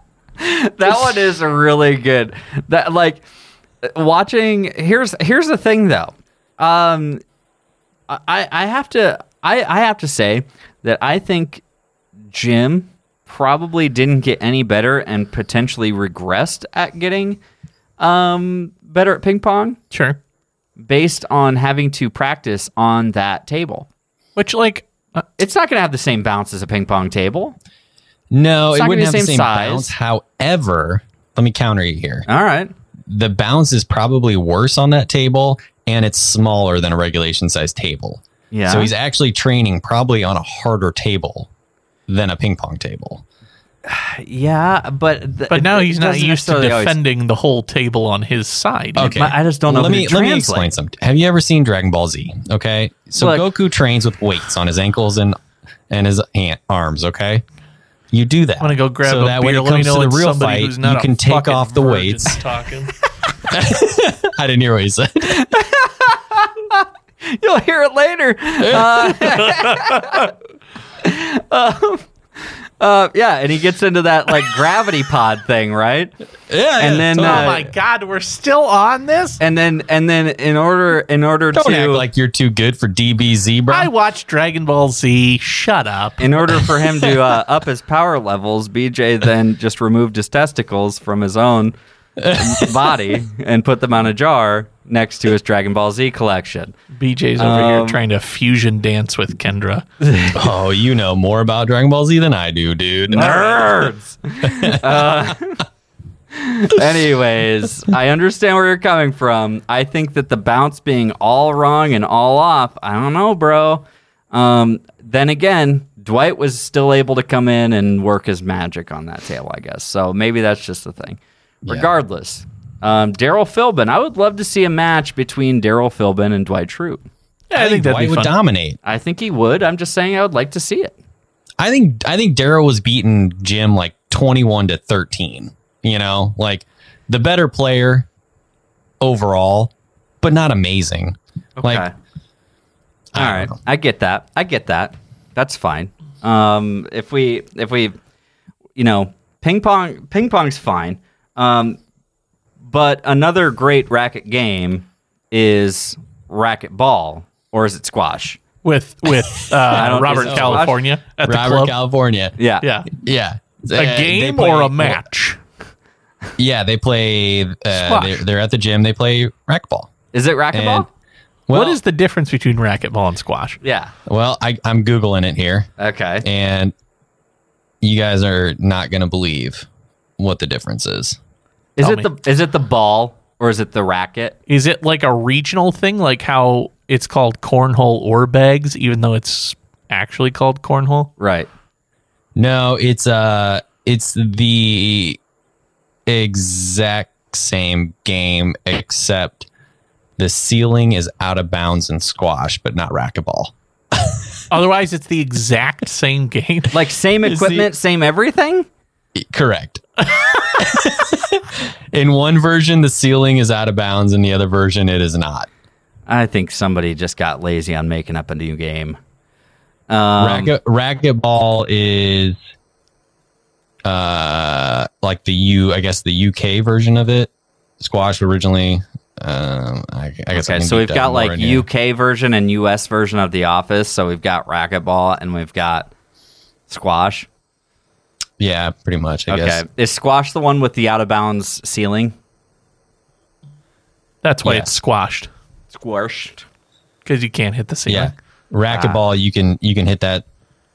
S1: one is really good. That like watching. Here's here's the thing though. Um, I I have to I I have to say that I think Jim probably didn't get any better and potentially regressed at getting um better at ping pong
S2: Sure.
S1: based on having to practice on that table.
S2: Which, like, uh,
S1: It's not going to have the same bounce as a ping pong table.
S3: No,
S1: It's
S3: it
S1: not gonna
S3: wouldn't
S1: be
S3: have
S1: the
S3: the
S1: same
S3: same
S1: size.
S3: bounce. However, let me counter you here.
S1: All right.
S3: The bounce is probably worse on that table, and it's smaller than a regulation size table.
S1: Yeah.
S3: So he's actually training probably on a harder table than a ping pong table.
S1: yeah, but th-
S2: but now
S1: it
S2: he's not
S1: doesn't
S2: used to
S1: necessarily always-
S2: defending the whole table on his side.
S3: Okay.
S1: But I just don't know
S3: Let
S1: if
S3: me
S1: it
S3: let me
S1: translates.
S3: explain something. Have you ever seen Dragon Ball Z? Okay. So
S1: Look.
S3: Goku trains with weights on his ankles and and his hand, arms. Okay. You do that.
S2: I'm gonna go grab
S3: so
S2: a
S3: that
S2: beer.
S3: when it
S2: Let me
S3: comes
S2: know
S3: to the
S2: when
S3: real
S2: somebody
S3: fight,
S2: who's not
S3: you
S2: a
S3: can take
S2: fucking
S3: off the
S2: virgin's
S3: weights.
S2: Talking.
S3: I didn't hear what he said.
S1: You'll hear it later. Uh, um, uh, yeah, and he gets into that like gravity pod thing, right?
S3: yeah.
S1: And then,
S3: totally.
S1: uh,
S2: oh my god, we're still on this.
S1: And then and then in order in order
S3: Don't
S1: to
S3: act like you're too good for DBZ, bro.
S2: I watched Dragon Ball Z. Shut up.
S1: in order for him to uh, up his power levels, BJ then just removed his testicles from his own body and put them on a jar next to his Dragon Ball Z collection.
S2: BJ's over
S1: Um,
S2: here trying to fusion dance with Kendra.
S3: oh, you know more about Dragon Ball Z than I do, dude.
S1: nerds. uh, anyways, I understand where you're coming from. I think that the bounce being all wrong and all off, I don't know, bro. Um, then again, Dwight was still able to come in and work his magic on that table, I guess. So maybe that's just the thing. Regardless, um, Daryl Philbin, I would love to see a match between Daryl Philbin and Dwight Schrute.
S2: Yeah, I,
S3: I
S2: think
S3: think
S2: that'd
S3: Dwight
S2: be
S3: would
S2: fun.
S3: dominate.
S1: I think he would. I'm just saying I would like to see it.
S3: I think I think Daryl was beating Jim like twenty one to thirteen. You know, like the better player overall, but not amazing. Like
S1: Okay.
S3: I
S1: All
S3: don't
S1: right,
S3: know.
S1: I get that. I get that. That's fine. Um, if we if we, you know, ping pong ping pong's fine. Um, but another great racket game is racket ball, or is it squash?
S2: with with
S1: don't-
S2: uh,
S1: is
S2: Robert
S1: it
S2: California at the
S3: Robert
S2: club.
S3: California.
S1: Yeah,
S2: yeah,
S3: Yeah.
S2: a
S3: Uh, they
S2: game
S3: play-
S2: or a match.
S3: Yeah, they play. Uh,
S2: Squash.
S3: they're, they're at the gym. They play racquetball.
S1: Is it racket ball?
S3: And- Well,
S2: what is the difference between racquetball and squash?
S1: Yeah.
S3: well, I, I'm googling it here,
S1: Okay.
S3: and you guys are not gonna believe what the difference is.
S1: Is
S2: Tell
S1: it the is it the ball or is it the racket?
S2: Is it like a regional thing, like how it's called cornhole or bags, even though it's actually called cornhole?
S1: Right.
S3: No, it's uh it's the exact same game except the ceiling is out of bounds in squash, but not racquetball.
S2: Otherwise, it's the exact same game.
S1: Like same
S3: the-
S1: equipment, same everything?
S3: Correct. in one version the ceiling is out of bounds, in the other version it is not.
S1: I think somebody just got lazy on making up a new game. Um,
S3: Racket, racquetball is uh like the U I guess the UK version of it. Squash originally. Um I, I guess I
S1: Okay,
S3: can
S1: so
S3: deep
S1: we've
S3: dive
S1: got
S3: more
S1: like
S3: in here.
S1: UK version and US version of The Office. So we've got racquetball and we've got squash.
S3: Yeah, pretty much, I
S1: Okay,
S3: guess.
S1: is squash the one with the out of bounds ceiling?
S2: That's why
S3: Yeah.
S2: it's squashed
S1: Squashed.
S2: because you can't hit the ceiling.
S3: Yeah. Racquetball, you can you can hit that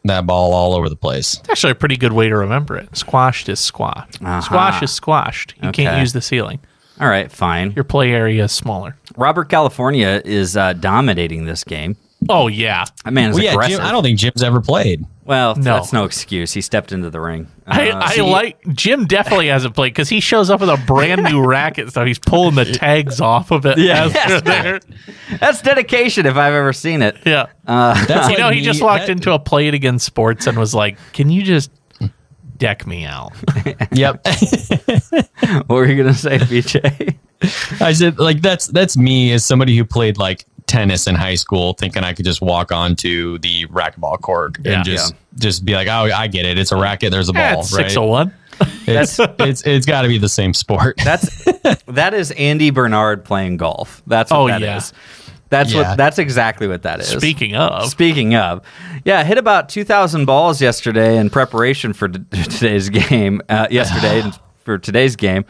S3: that ball all over the place.
S2: It's actually a pretty good way to remember it. Squashed is squashed.
S1: Uh-huh.
S2: Squash is squashed. You
S1: Okay.
S2: can't use the ceiling.
S1: All right, fine.
S2: Your play area is smaller.
S1: Robert California is uh, dominating this game.
S2: Oh yeah.
S1: That man is
S3: Well, yeah,
S1: aggressive.
S3: Jim, I don't think Jim's ever played.
S1: well,
S2: No.
S1: that's no excuse. He stepped into the ring.
S2: I,
S1: Uh,
S2: I
S1: see,
S2: like Jim definitely hasn't played because he shows up with a brand new racket, so he's pulling the tags off of it.
S1: Yeah.
S2: as they're there.
S1: that's dedication if I've ever seen it. Uh,
S2: yeah.
S3: That's
S2: you know,
S3: like
S2: he
S3: me-
S2: just walked
S3: that-
S2: into a play it against sports and was like, "Can you just deck me out?"
S3: Yep.
S1: What were you gonna say, BJ?
S3: I said like that's that's me as somebody who played like tennis in high school, thinking I could just walk onto the racquetball court
S2: Yeah.
S3: and just just be like, oh, I get it. It's a racket. There's a ball,
S2: That's
S3: right?
S2: six oh one.
S3: It's it's it's got to be the same sport.
S1: That's that is Andy Bernard playing golf. That's
S2: Oh,
S1: what that is.
S2: yeah.
S1: That's
S3: Yeah.
S1: what that's exactly what that is.
S2: Speaking of,
S1: Speaking of, yeah, hit about 2,000 balls yesterday in preparation for t- today's game, uh, yesterday and for today's game,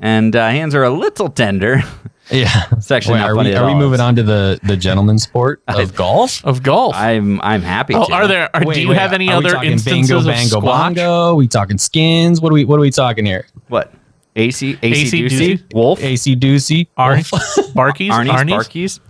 S1: and uh, hands are a little tender.
S3: yeah. It's
S1: actually not
S3: are
S1: funny
S3: we
S1: at
S3: are we
S1: all.
S3: moving on to the the gentleman sport of golf?
S2: of golf.
S1: I'm I'm happy
S2: oh,
S1: to.
S2: are there? Are,
S3: Wait,
S2: do you
S3: wait,
S2: have any
S3: are we
S2: other
S3: talking
S2: instances
S3: bango,
S2: of
S3: bango,
S2: squash?
S3: bongo? We talking skins? What are we what are we talking here?
S1: What? AC, AC,
S2: AC
S1: Ducey?
S2: Ducey?
S1: Wolf?
S3: AC Doocy.
S2: Arnie, Barkies,
S1: Arnie's?
S2: Arnie's?
S1: Barkies?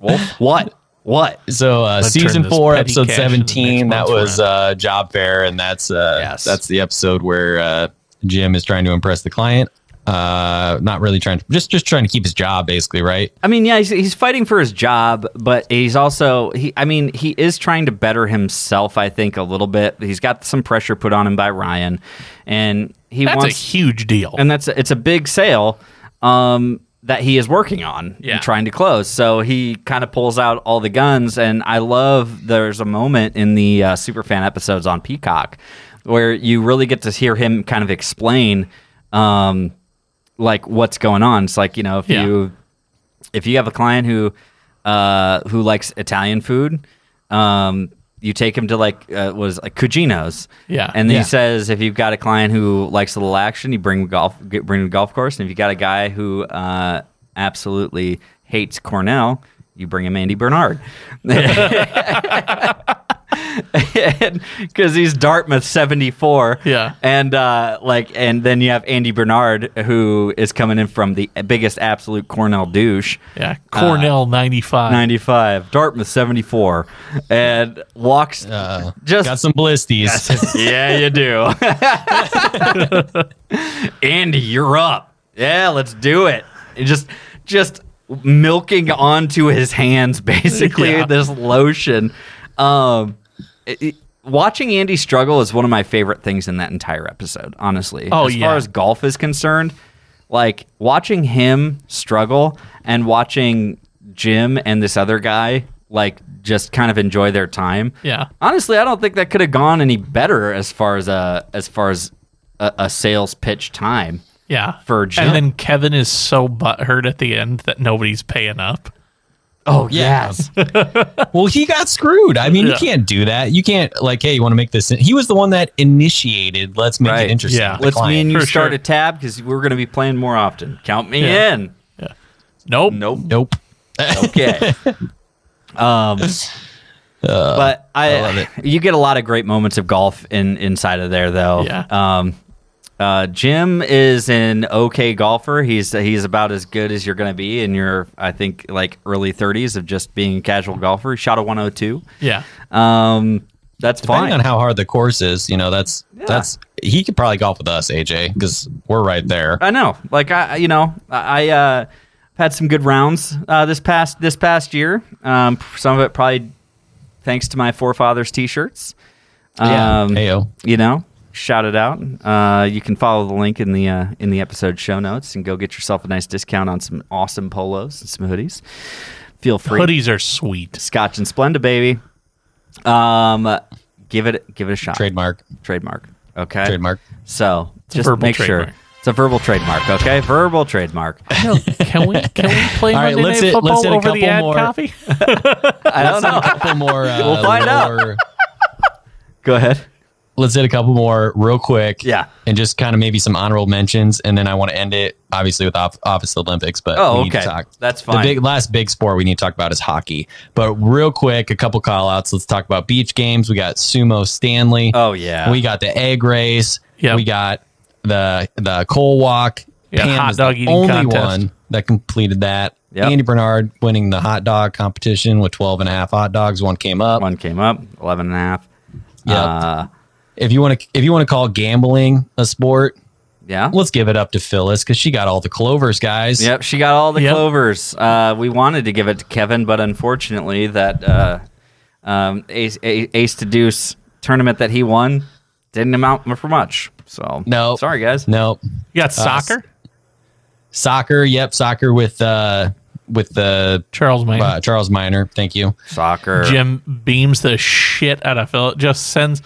S1: Wolf? What? What?
S3: So uh,
S2: Let's turn
S3: season
S2: this
S3: four,
S2: petty
S3: episode
S2: cash into
S3: seventeen.
S2: next month's
S3: That was uh, job fair, and that's uh,
S1: Yes.
S3: that's the episode where uh, Jim is trying to impress the client. Uh, not really trying to just just trying to keep his job, basically, right?
S1: I mean, yeah, he's, he's fighting for his job, but he's also he. I mean, he is trying to better himself. I think a little bit. He's got some pressure put on him by Ryan, and he
S2: That's a
S1: wants
S2: huge deal.
S1: and that's it's a big sale um, that he is working on
S2: Yeah.
S1: and trying to close. So he kind of pulls out all the guns, and I love there's a moment in the uh, Superfan episodes on Peacock where you really get to hear him kind of explain um, like what's going on. It's like you know if
S2: Yeah.
S1: you if you have a client who uh, who likes Italian food. Um, you take him to like uh, was like Cugino's,
S2: Yeah.
S1: and then
S3: Yeah.
S1: he says if you've got a client who likes a little action, you bring golf, get, bring him to golf course, and if you got a guy who uh, absolutely hates Cornell, you bring him Andy Bernard, because he's Dartmouth seventy four,
S2: Yeah.
S1: and uh, like, and then you have Andy Bernard who is coming in from the biggest absolute Cornell douche,
S2: yeah, Cornell ninety five.
S1: 95, Dartmouth 74, and walks
S3: Uh,
S1: just.
S3: Got some blisties.
S1: yeah, you do. Andy, you're up. Yeah, let's do it. And just, just milking onto his hands, basically,
S2: Yeah.
S1: this lotion. Um, it- it- watching Andy struggle is one of my favorite things in that entire episode, honestly.
S2: Oh,
S1: as far
S2: yeah.
S1: as golf is concerned, like watching him struggle and watching Jim and this other guy like just kind of enjoy their time.
S2: Yeah.
S1: Honestly, I don't think that could have gone any better as far as a as far as a, a sales pitch time.
S2: Yeah,
S1: For Jim.
S2: And then Kevin is so butthurt at the end that nobody's paying up.
S1: Oh
S3: Yeah. well, he got screwed. I mean,
S2: Yeah.
S3: you can't do that. You can't like, hey, you want to make this? He was the one that initiated. Let's make
S1: Right.
S3: it interesting.
S2: Yeah.
S3: with the
S1: Let's me
S3: client.
S1: and you
S2: For
S1: start
S2: sure.
S1: a tab because we're going to be playing more often. Count me
S2: Yeah.
S1: in.
S2: Nope.
S1: Nope.
S3: Nope.
S1: Okay. um, but I,
S3: I love it.
S1: you get a lot of great moments of golf in inside of there, though.
S2: Yeah.
S1: Um, uh, Uh, Jim is an okay golfer. He's he's about as good as you're going to be in your I think like early 30s of just being a casual golfer. He shot a 102.
S2: Yeah.
S1: Um, that's
S3: Depending
S1: fine.
S3: on how hard the course is, you know, that's that's he could probably golf with us, AJ, because we're right there.
S1: I know. Like I, you know, I I, uh, had some good rounds uh, this past this past year. Um, some of it probably thanks to my forefathers' t-shirts. Um,
S3: Heyo.
S1: you know, shout it out. Uh, you can follow the link in the uh, in the episode show notes and go get yourself a nice discount on some awesome polos and some hoodies. Feel free.
S2: Hoodies are sweet.
S1: Scotch and Splenda, baby. Um, give it give it a shot.
S3: trademark,
S1: Trademark. Okay.
S3: trademark.
S1: So
S2: a
S1: just
S2: verbal
S1: make sure
S2: trademark.
S1: it's a verbal trademark. Okay, verbal trademark.
S2: Can we can we play
S3: All right,
S2: Monday
S3: let's
S2: Night
S3: hit-
S2: Football
S3: let's hit a
S2: over the
S3: couple
S2: ad
S3: more.
S2: copy?
S1: I don't
S3: A
S1: know.
S3: couple more. Uh,
S1: We'll find out.
S3: lore-
S1: Go ahead.
S3: Let's hit a couple more real quick.
S1: Yeah.
S3: and just kind of maybe some honorable mentions, and then I want to end it obviously with Op- Office Olympics. But
S1: Oh,
S3: we need to
S1: okay.
S3: talk.
S1: That's fine.
S3: The big last big sport we need to talk about is hockey. But real quick, a couple call outs. Let's talk about beach games. We got sumo Stanley.
S1: Oh yeah.
S3: We got the egg race.
S2: Yep.
S3: We got the the coal walk.
S2: Yeah, hot
S3: was
S2: dog
S3: the
S2: eating
S3: only
S2: contest.
S3: one that completed that.
S1: Yep.
S3: Andy Bernard winning the hot dog competition with 12 and a half hot dogs. One came up.
S1: one came up 11 and a half.
S3: Yep.
S1: Uh,
S3: If you want to if you want to call gambling a sport,
S1: yeah.
S3: let's give it up to Phyllis cuz she got all the clovers, guys.
S1: Yep, she got all the
S2: Yep.
S1: clovers. Uh, we wanted to give it to Kevin, but unfortunately, that uh, um, ace, A- ace to deuce tournament that he won didn't amount for much. So
S3: No.
S1: sorry guys.
S3: Nope.
S2: You got soccer?
S3: Soccer, yep, soccer with uh with the
S2: Charles Mayer.
S3: uh, Charles Minor. Thank you.
S1: Soccer.
S2: Jim beams the shit out of Phil. Just sends.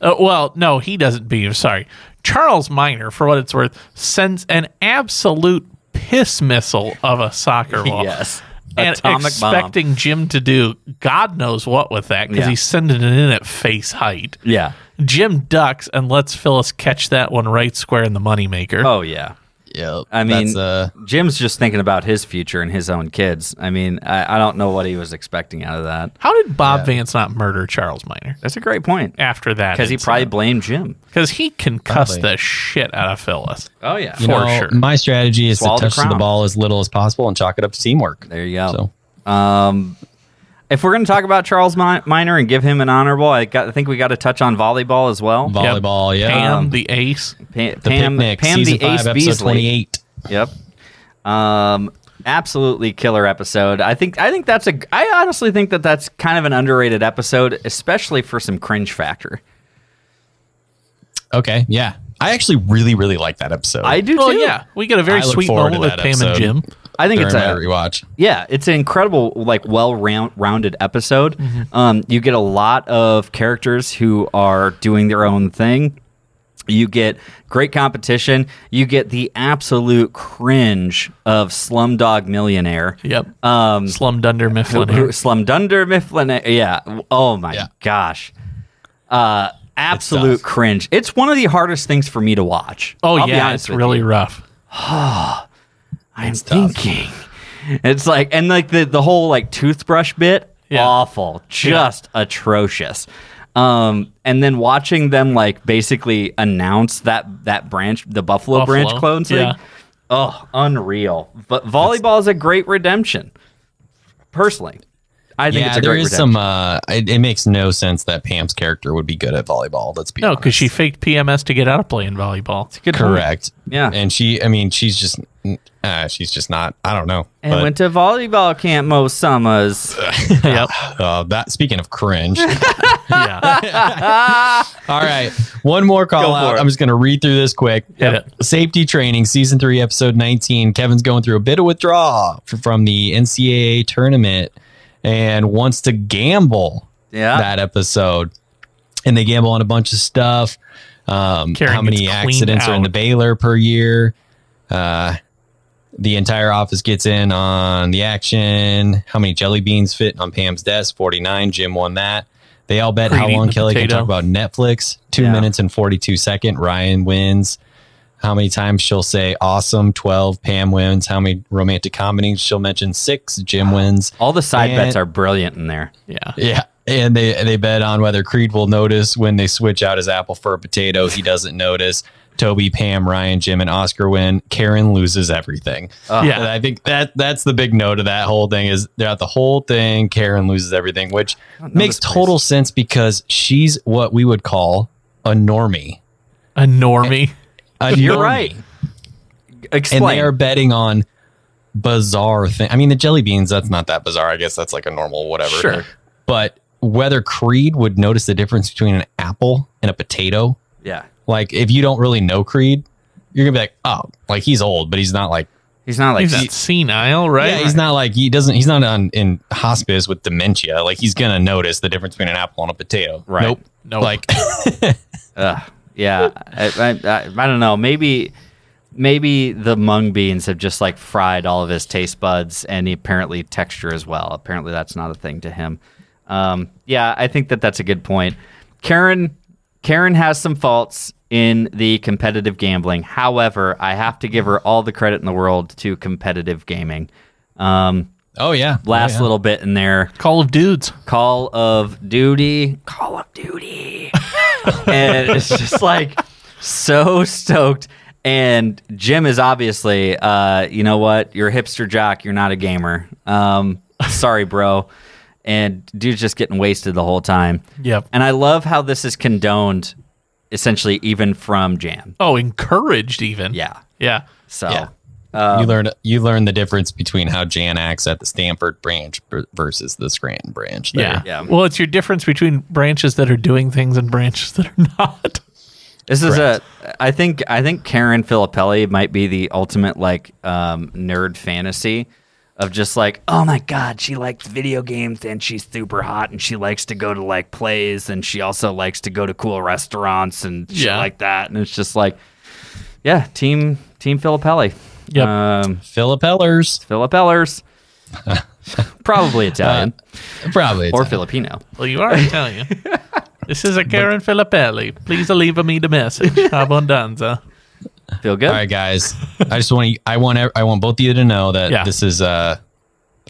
S2: Uh, well, no, he doesn't beam. Sorry, Charles Minor, for what it's worth, sends an absolute piss missile of a soccer ball.
S1: yes,
S2: And expecting Jim to do God knows what with that because
S1: Yeah.
S2: he's sending it in at face height.
S1: bomb. Yeah.
S2: Jim ducks and lets Phyllis catch that one right square in the moneymaker.
S1: Oh yeah.
S3: Yep.
S1: I mean,
S3: that's uh
S1: Jim's just thinking about his future and his own kids. I mean, I, I don't know what he was expecting out of that.
S2: How did Bob Vance not murder Charles Minor
S1: That's a great point
S2: after that?
S1: because he
S3: uh,
S1: probably blamed Jim.
S2: because he can cuss
S3: Probably.
S2: the shit out of Phyllis.
S1: Oh yeah.
S3: you
S2: for
S3: know,
S2: sure.
S3: my strategy is
S1: Swallow the
S3: to touch the,
S1: crown.
S3: ball as little as possible and chalk it up to teamwork.
S1: There you go.
S3: So
S1: if we're going to talk about Charles Mi- Minor and give him an honorable, I, got, I think we got to touch on volleyball as well.
S2: Yep.
S3: volleyball, yeah.
S2: Pam, the ace.
S1: Pa-
S3: the picnic, season five, episode twenty-eight.
S1: Yep. Um, absolutely killer episode. I think I think that's a. I honestly think that that's kind of an underrated episode, especially for some cringe factor.
S3: Okay, yeah. I actually really, really like that episode.
S1: I do
S2: Well,
S1: too.
S2: yeah, we get a very
S3: I look
S2: sweet
S3: forward
S2: moment
S3: to
S2: with
S3: that
S2: Pam
S3: episode.
S2: and Jim.
S1: I think
S3: during
S1: it's
S3: my
S1: a
S3: rewatch.
S1: Yeah, it's an incredible, like, well round, rounded episode.
S2: Mm-hmm.
S1: Um, you get a lot of characters who are doing their own thing. You get great competition. You get the absolute cringe of Slumdog Millionaire.
S2: Yep.
S1: Um,
S2: Slum Dunder Mifflin.
S1: who- Slumdunder Mifflin. Yeah. Oh my
S3: Yeah.
S1: gosh. Uh, absolute
S3: tough.
S1: cringe. It's one of the hardest things for me to watch.
S2: oh
S1: I'll be
S2: yeah,
S1: honest
S2: it's
S1: with
S2: really
S1: you.
S2: rough.
S1: I'm thinking. It's like and like the the whole like toothbrush bit,
S2: Yeah.
S1: awful, just atrocious. Um, and then watching them like basically announce that that branch, the Buffalo,
S2: Buffalo,
S1: branch clones
S2: yeah.
S1: thing. Oh, unreal! But volleyball is a great redemption. Personally, I think
S3: yeah,
S1: it's a
S3: there
S1: great
S3: is
S1: redemption.
S3: some. Uh, it, it makes no sense that Pam's character would be good at volleyball. Let's be
S2: No,
S3: honest.
S2: because she faked PMS to get out of playing volleyball.
S1: Good point.
S3: correct.
S1: Yeah.
S3: and she. I mean, she's just. Uh, she's just not. I don't know.
S1: And
S3: but,
S1: went to volleyball camp most summers.
S2: yep.
S3: uh, that speaking of cringe.
S2: Yeah.
S3: All right. One more call
S1: Go for
S3: out.
S1: it.
S3: I'm just going to read through this quick.
S2: Hit it.
S3: Safety training, season three, episode 19. Kevin's going through a bit of withdrawal f- from the NCAA tournament and wants to gamble
S1: Yeah.
S3: that episode. And they gamble on a bunch of stuff. Um,
S2: Karen
S3: how many
S2: gets cleaned
S3: accidents are in the
S2: out.
S3: Baylor per year? Uh, the entire office gets in on the action. How many jelly beans fit on Pam's desk? 49. Jim won that. They all bet how
S2: Creed eating
S3: long
S2: the
S3: Kelly can
S2: potato.
S3: talk about Netflix. Two
S1: Yeah.
S3: minutes and 42 second. Ryan wins. How many times she'll say awesome? 12. Pam wins. How many romantic comedies she'll mention? Six. Jim wins.
S1: All the side
S3: And-
S1: bets are brilliant in there.
S2: Yeah.
S3: Yeah. And they, they bet on whether Creed will notice when they switch out his apple for a potato. He doesn't notice. Toby, Pam, Ryan, Jim, and Oscar win, Karen loses everything.
S2: Yeah.
S3: And I think that that's the big note of that whole thing is throughout the whole thing, Karen loses everything, which
S1: know
S3: makes
S1: this place.
S3: total sense because she's what we would call a normie.
S2: A normie.
S3: A
S1: You're
S3: normie.
S1: right.
S3: And
S1: Explain.
S3: they are betting on bizarre thing. I mean, the jelly beans, that's not that bizarre. I guess that's like a normal whatever.
S2: Sure.
S3: But whether Creed would notice the difference between an apple and a potato,
S1: yeah.
S3: like if you don't really know Creed, you're gonna be like, oh, like he's old, but he's not like
S1: He's not like
S2: He's
S1: that.
S2: not senile, right?
S3: Yeah, he's not like he doesn't. He's not on in hospice with dementia. Like he's gonna notice the difference between an apple and a potato.
S1: Right.
S3: Nope.
S2: Nope.
S3: Like
S1: Ugh, yeah, I, I, I, I don't know. Maybe maybe the mung beans have just like fried all of his taste buds and he apparently texture as well. Apparently that's not a thing to him. Um, yeah, I think that that's a good point. Karen Karen has some faults in the competitive gambling. However, I have to give her all the credit in the world to competitive gaming. Um,
S3: oh yeah.
S1: last
S3: Oh, yeah.
S1: little bit in there.
S2: Call of Dudes.
S1: Call of Duty. Call of Duty. and it's just like so stoked. And Jim is obviously, uh, you know what? You're a hipster jock. You're not a gamer. Um, sorry, bro. And dude's just getting wasted the whole time.
S2: Yep.
S1: And I love how this is condoned, essentially, even from Jam.
S2: Oh, encouraged even.
S1: Yeah.
S2: Yeah.
S1: So
S3: Yeah. you learn you learn the difference between how Jan acts at the Stanford branch b- versus the Scranton branch. there.
S2: Yeah.
S1: Yeah.
S2: Well, it's your difference between branches that are doing things and branches that are not.
S1: This is a. I think I think Karen Filippelli might be the ultimate like um, nerd fantasy of just like oh my god she likes video games and she's super hot and she likes to go to like plays and she also likes to go to cool restaurants and shit
S2: Yeah.
S1: like that and it's just like yeah team team Filippelli
S2: Yep.
S1: um,
S3: Philip Ellers,
S1: Filippellers probably
S2: Uh,
S1: Italian
S3: probably.
S1: or
S3: Or
S1: Filipino
S2: Well, you are Italian. this is a Karen Filippelli. Please leave me the message. Abundanza.
S1: feel good
S3: All right, guys. I just want you, I want ev- I want both of you to know that
S2: Yeah.
S3: this is uh.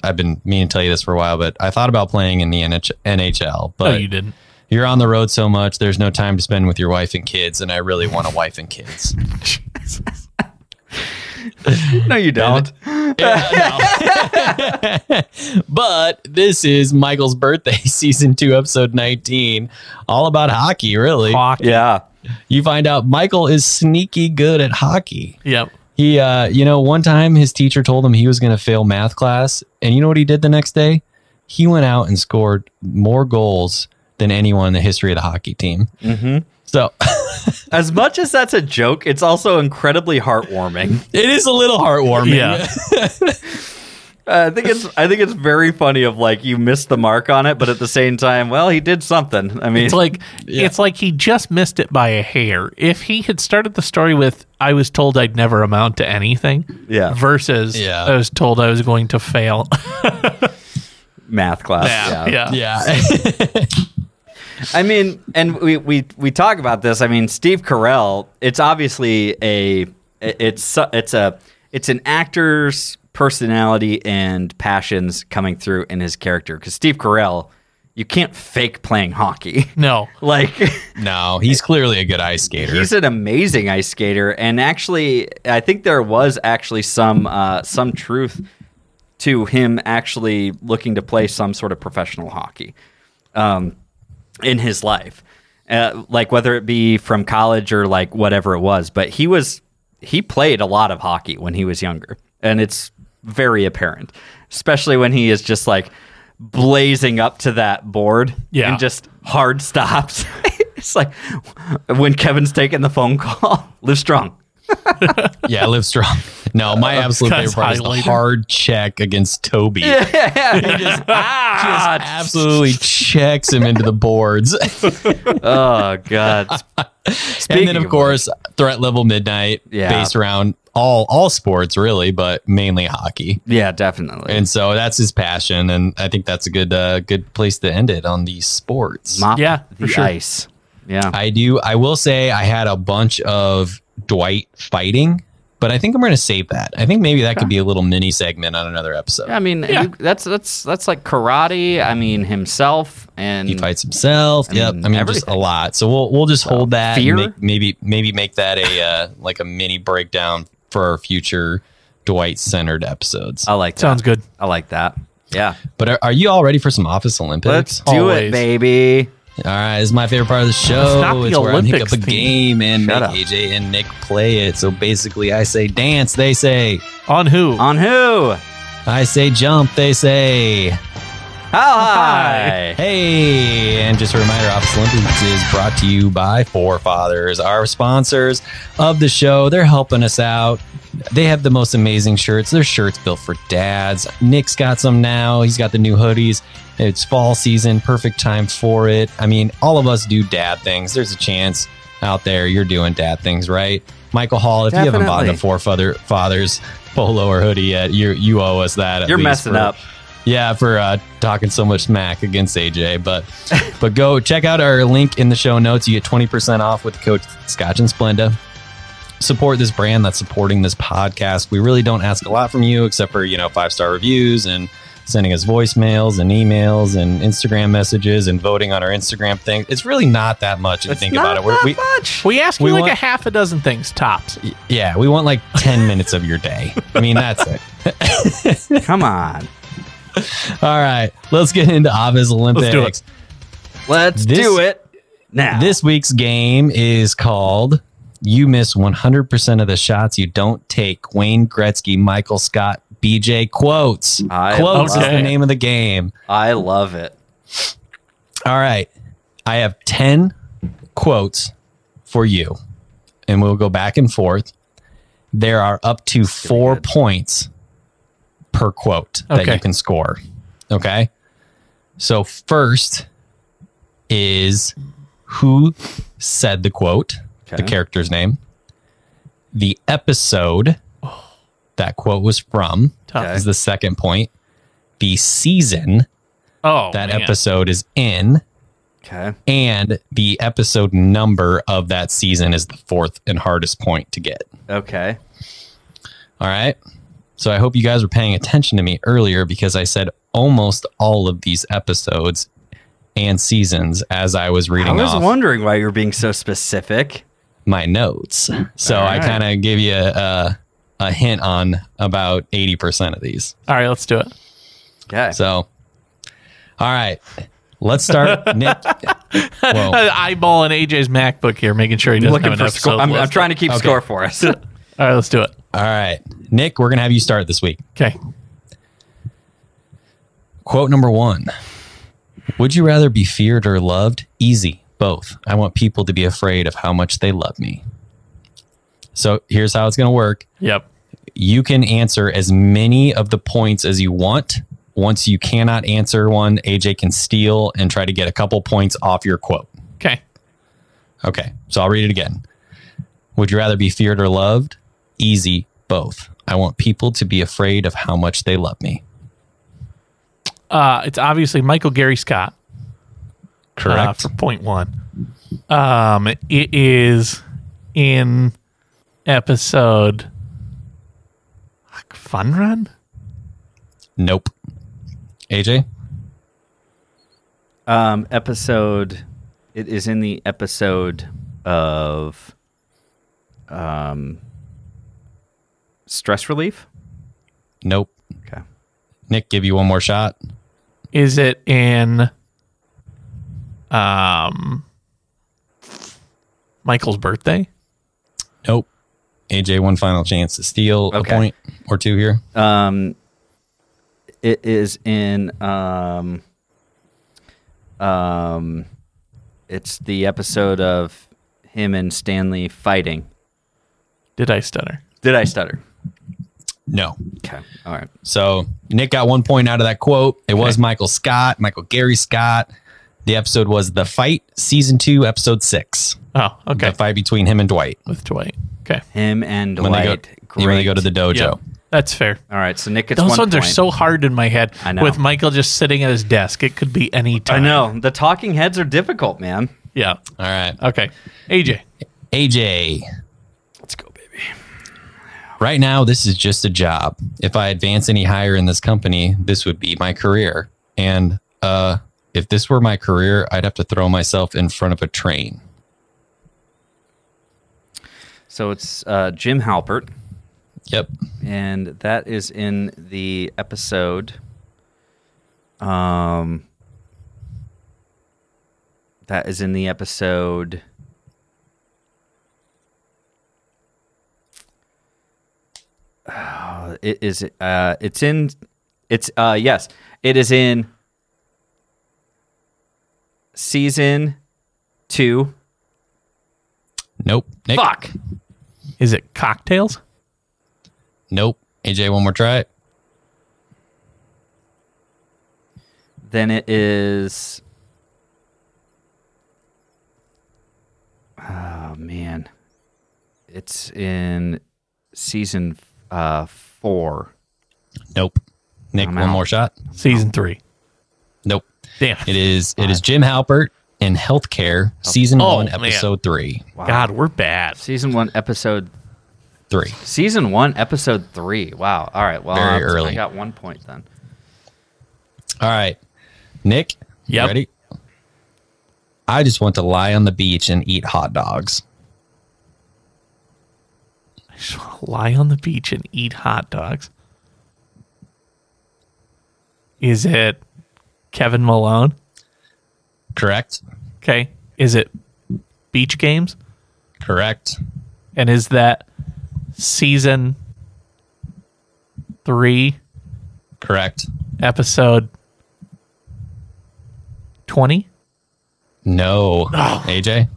S3: I've been meaning to tell you this for a while, but I thought about playing in the NH- NHL,
S2: No,
S3: but
S2: you didn't.
S3: you're on the road so much there's no time to spend with your wife and kids and i really want a wife and kids
S1: no you don't
S3: but this is michael's birthday season 2 episode 19 all about hockey really
S2: Fuck.
S1: yeah
S3: you find out michael is sneaky good at hockey
S2: Yep.
S3: he uh you know one time his teacher told him he was going to fail math class and you know what he did the next day he went out and scored more goals than anyone in the history of the hockey team mm-hmm. so
S1: as much as that's a joke it's also incredibly heartwarming.
S3: it is a little heartwarming
S2: Yeah.
S1: Uh, I think it's I think it's very funny of like you missed the mark on it, but at the same time, well, he did something. I mean,
S2: It's like
S3: Yeah.
S2: it's like he just missed it by a hair. If he had started the story with "I was told I'd never amount to anything,"
S1: Yeah.
S2: versus
S3: Yeah.
S2: "I was told I was going to fail,"
S1: math class.
S2: yeah, yeah,
S3: yeah
S1: I mean, and we, we we talk about this. I mean, Steve Carell. It's obviously a it's su- it's a it's an actor's personality and passions coming through in his character because Steve Carell, you can't fake playing hockey.
S2: No,
S1: like
S3: No, he's clearly a good ice skater.
S1: He's an amazing ice skater, and actually, I think there was actually some uh, some truth to him actually looking to play some sort of professional hockey um, in his life, uh, like whether it be from college or like whatever it was. But he was he played a lot of hockey when he was younger, and it's very apparent, especially when he is just like blazing up to that board
S2: Yeah.
S1: and just hard stops. it's like when Kevin's taking the phone call, live strong.
S3: yeah, live strong. No, my absolute
S2: Scott's
S3: favorite part is the
S2: highlighter.
S3: hard check against Toby.
S1: Ah,
S3: Absolutely checks him into the boards.
S1: oh god.
S3: and then
S1: of
S3: of course, threat level midnight
S1: Yeah.
S3: based around all all sports really, but mainly hockey.
S1: Yeah, definitely.
S3: And so that's his passion and I think that's a good uh, good place to end it on the sports.
S1: Mop
S2: Yeah, for
S1: the
S2: sure.
S1: ice. Yeah.
S3: I do I will say I had a bunch of Dwight fighting But I think I'm going to save that. I think maybe that could be a little mini segment on another episode.
S1: Yeah, I mean,
S2: Yeah.
S1: you- that's that's that's like karate. I mean, himself and
S3: He fights himself.
S1: I
S3: yep.
S1: mean,
S3: I mean, just
S1: everything.
S3: a lot. So we'll we'll just hold that. and
S1: fear?
S3: make- maybe maybe make that a uh, like a mini breakdown for our future Dwight centered episodes.
S1: I like that.
S2: Sounds good.
S1: I like that. Yeah,
S3: But are, are you all ready for some Office Olympics?
S1: let's do it,
S2: always.
S1: baby.
S3: All right, this is my favorite part of the show.
S2: not the
S3: it's where I
S2: Olympics
S3: make up a
S2: theme.
S3: game and
S1: Shut
S3: make
S1: up.
S3: AJ and Nick play it. So basically, I say dance, they say.
S2: On who?
S1: On who?
S3: I say jump, they say.
S1: How high?
S3: Hey, and just a reminder, Office Olympics is brought to you by Forefathers, our sponsors of the show. They're helping us out. They have the most amazing shirts. Their shirts built for dads. Nick's got some now. He's got the new hoodies. It's fall season, perfect time for it. I mean, all of us do dad things. There's a chance out there you're doing dad things, right? Michael Hall, if you haven't bought the
S1: Definitely.
S3: Forefather Fathers polo or hoodie yet, you you owe us that. at
S1: You're
S3: least
S1: messing
S3: for-
S1: up.
S3: yeah, for uh, talking so much smack against AJ, but but go check out our link in the show notes. You get twenty percent off with Coach Scotch and Splenda. Support this brand that's supporting this podcast. We really don't ask a lot from you, except for you know five star reviews and sending us voicemails and emails and Instagram messages and voting on our Instagram thing. It's really not that much if you
S1: It's
S3: think
S1: not
S3: about it. We're-
S1: that
S3: we
S1: much.
S2: we asked
S3: we
S2: you like
S3: want-
S2: a half a dozen things tops.
S3: yeah, we want like ten minutes of your day. I mean, that's it.
S1: Come on,
S3: All right, let's get into Avis Olympics.
S2: do it.
S1: let's
S3: This-
S1: do it now.
S3: This week's game is called You Miss 100% of the Shots You Don't Take. Wayne Gretzky, Michael Scott, BJ Quotes.
S1: I
S3: Quotes
S2: love
S3: is the
S2: it.
S3: name of the game.
S1: I love it.
S3: All right. I have 10 quotes for you, and we'll go back and forth. There are up to four
S1: good.
S3: points per quote that
S2: Okay.
S3: you can score. Okay. So, first is who said the quote,
S1: Okay.
S3: the character's name, the episode that quote was from
S2: Tough.
S1: Okay.
S3: is the second point, the season
S2: Oh,
S3: that
S2: man.
S3: episode is in
S1: Okay.
S3: and the episode number of that season is the fourth and hardest point to get.
S1: Okay.
S3: All right. So I hope you guys were paying attention to me earlier because I said almost all of these episodes and seasons as I was
S1: I
S3: reading
S1: was
S3: off
S1: wondering why you were being so specific.
S3: my notes. So
S1: All
S3: I
S1: right.
S3: kind of give you a, a hint on about 80% of these.
S2: All right, let's do it.
S1: Okay.
S3: So, all right. Let's start, Nick. Whoa.
S2: Eyeballing AJ's MacBook here, making sure he doesn't
S1: looking
S2: have an
S1: for
S2: episode
S1: score. I'm, I'm
S2: list.
S1: trying to keep
S3: Okay.
S1: score for us.
S2: All right, let's do it.
S3: All right. Nick, we're going to have you start this week.
S2: Okay.
S3: Quote number one Would you rather be feared or loved? Easy, both. I want people to be afraid of how much they love me. So here's how it's going to work
S2: Yep.
S3: you can answer as many of the points as you want. Once you cannot answer one, AJ can steal and try to get a couple points off your quote.
S2: Okay.
S3: Okay, so I'll read it again. Would you rather be feared or loved? Easy, both. I want people to be afraid of how much they love me.
S2: Uh, it's obviously Michael Gary Scott. uh,
S3: Correct.
S2: for point one. Um, it is in episode Fuck, Fun Run.
S3: nope. AJ?
S1: um, episode. It is in the episode of um, stress relief.
S3: Nope.
S1: Okay.
S3: Nick, give you one more shot.
S2: Is it in um Michael's birthday?
S3: Nope. AJ, one final chance to steal
S1: Okay.
S3: a point or two here.
S1: Um, it is in. Um, um, it's the episode of him and Stanley fighting.
S2: Did I stutter?
S1: Did I stutter?
S3: No.
S1: Okay. All right.
S3: So Nick got one point out of that quote. It was
S2: Okay.
S3: Michael Scott, Michael Gary Scott. The episode was The Fight, Season 2, Episode 6.
S2: Oh, okay.
S3: The fight between him and Dwight.
S2: With Dwight. Okay.
S1: Him and
S3: When
S1: Dwight.
S3: they, go,
S1: Great.
S3: when they go to the dojo.
S2: Yeah. That's fair.
S1: All right. So Nick gets
S2: Those
S1: one
S2: ones are
S1: point.
S2: so hard in my head.
S1: I know.
S2: With Michael just sitting at his desk, it could be any
S1: I
S2: time.
S1: know the talking heads are difficult, man.
S2: Yeah.
S3: All right.
S2: Okay. AJ.
S3: AJ,
S1: Let's go, baby.
S3: Right now, this is just a job. If I advance any higher in this company, this would be my career. And uh, if this were my career, I'd have to throw myself in front of a train.
S1: So it's uh, Jim Halpert,
S3: Yep.
S1: and that is in the episode. Um, that is in the episode. Oh, it is. Uh, it's in. It's uh, yes, it is in season two.
S3: Nope. Nick?
S1: Fuck.
S2: Is it cocktails?
S3: Nope. AJ, one more try.
S1: Then it is. Oh man, it's in season uh, four.
S3: Nope. Nick,
S1: I'm
S3: one
S1: out.
S3: more shot.
S2: Season three.
S3: Nope.
S2: Damn.
S3: It is it is Jim Halpert in Healthcare, season
S2: Oh,
S3: one,
S2: man.
S3: episode three.
S2: God, we're bad.
S1: Season one, episode
S3: Three.
S1: season one, episode three. Wow. All right. Well,
S3: Very
S1: I- I
S3: early.
S1: got one point then.
S3: All right. Nick, you
S2: Yep.
S3: ready? I just want to lie on the beach and eat hot dogs.
S2: I just want to lie on the beach and eat hot dogs. Is it Kevin Malone?
S3: Correct?
S2: Okay. Is it beach games?
S3: Correct.
S2: And is that season three,
S3: Correct.
S2: episode 20?
S3: No. AJ?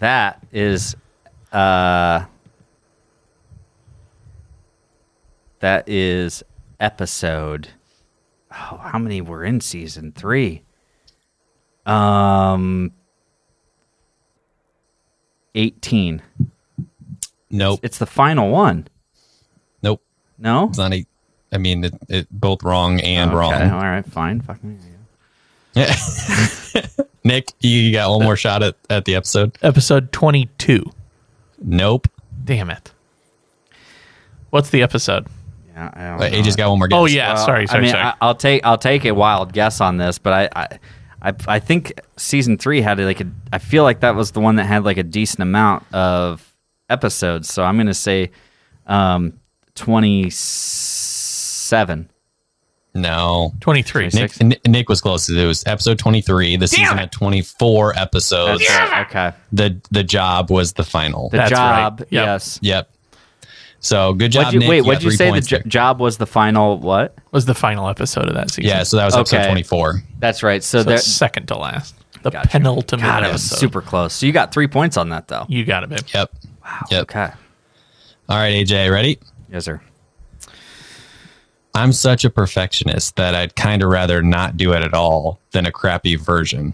S1: That is, uh, that is episode. Oh, how many were in season three? Um, eighteen.
S3: Nope.
S1: It's the final one.
S3: Nope.
S1: No,
S3: It's not a, I mean, it, it both wrong and
S1: Okay,
S3: wrong.
S1: All right, fine. Fuck me.
S3: Nick, you, you got one more shot at, at the episode.
S2: Episode 22.
S3: Nope.
S2: Damn it. What's the episode?
S1: Yeah, I don't
S3: But
S1: know.
S3: AJ's got one more guess.
S2: Oh, yeah.
S1: Well,
S2: sorry, sorry,
S1: I mean,
S2: sorry.
S1: I, I'll take I'll take a wild guess on this, but I, I I I think season three had like a I feel like that was the one that had like a decent amount of episodes. So I'm gonna say um, twenty seven.
S3: No.
S2: 23.
S1: Twenty-six.
S3: Nick, Nick- Nick was close. It was episode 23. The season had 24 episodes.
S1: Okay.
S3: The the job was the final.
S1: The
S2: That's right.
S1: job.
S2: Yep.
S1: Yes.
S3: yep. So good job,
S1: What'd you,
S3: Nick.
S1: wait,
S3: You got
S1: what'd you
S3: three
S1: say? The
S3: points
S1: jo-
S3: there.
S1: job was the final what?
S2: was the final episode of that season.
S3: Yeah, so that was episode
S1: Okay.
S3: 24.
S1: That's right. So,
S2: So
S1: there.
S2: it's second to last. The
S1: Gotcha.
S2: penultimate
S1: God, it was
S2: episode.
S1: super close. So you got three points on that though.
S2: You got it, babe.
S3: Yep. Yep.
S1: Okay.
S3: All right, AJ, ready?
S1: Yes, sir.
S3: I'm such a perfectionist that I'd kind of rather not do it at all than a crappy version.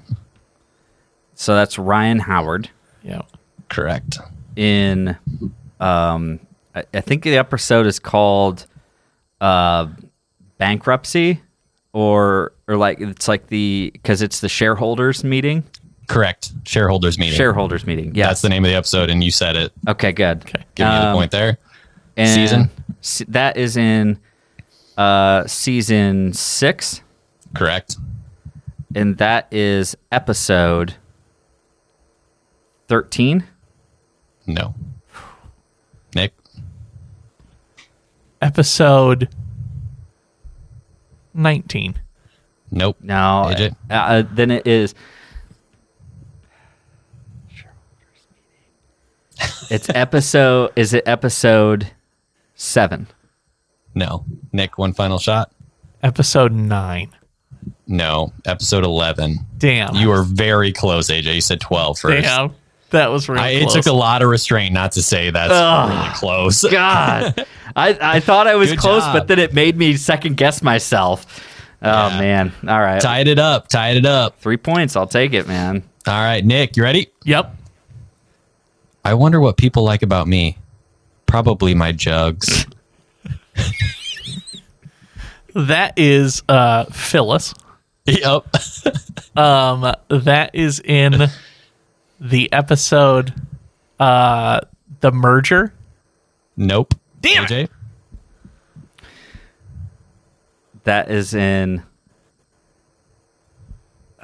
S1: So that's Ryan Howard.
S2: Yeah.
S3: Correct.
S1: in um I, I think the episode is called uh bankruptcy or or like it's like the because it's the shareholders meeting
S3: Correct. Shareholders meeting.
S1: shareholders meeting yeah
S3: That's the name of the episode, and you said it.
S1: okay good
S2: Okay.
S3: Give me the
S1: Um,
S3: point there.
S1: and
S3: Season?
S1: se- that is in uh season six
S3: Correct.
S1: and that is episode 13
S3: No. Nick.
S2: Episode 19.
S3: Nope.
S1: No.
S3: AJ?
S1: uh, Uh, then it is. It's episode. is it episode seven?
S3: No. Nick, one final shot.
S2: Episode 9.
S3: No. Episode 11.
S2: Damn.
S3: You were very close, AJ. You said 12 first.
S2: Damn. That was really
S3: I, it
S2: close.
S3: took a lot of restraint not to say that's
S1: Ugh.
S3: really close.
S1: God, I I thought I was
S3: Good
S1: close,
S3: job.
S1: but then it made me second guess myself. Oh
S3: Yeah.
S1: man! All right,
S3: Tied it up. Tied it up.
S1: three points. I'll take it, man.
S3: All right, Nick, you ready?
S2: Yep.
S3: I wonder what people like about me. Probably my jugs.
S2: That is uh, Phyllis.
S3: yep.
S2: Um, that is in the episode uh, The Merger.
S3: Nope.
S2: Damn
S3: AJ?
S1: That is in.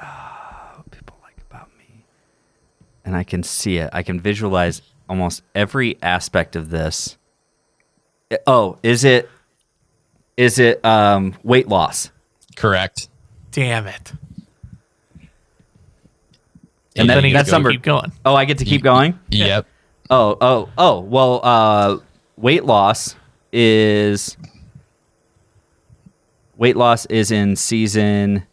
S1: Oh, people like about me, and I can see it. I can visualize almost every aspect of this. I- Oh, is it? Is it um, weight loss?
S3: Correct.
S2: Damn it.
S1: And
S3: then
S1: that-
S2: you
S1: that's
S2: go-
S1: number.
S2: keep going.
S1: Oh, I get to keep going.
S3: Yep.
S1: Oh, oh, oh. Well, uh, weight loss is weight loss is in season.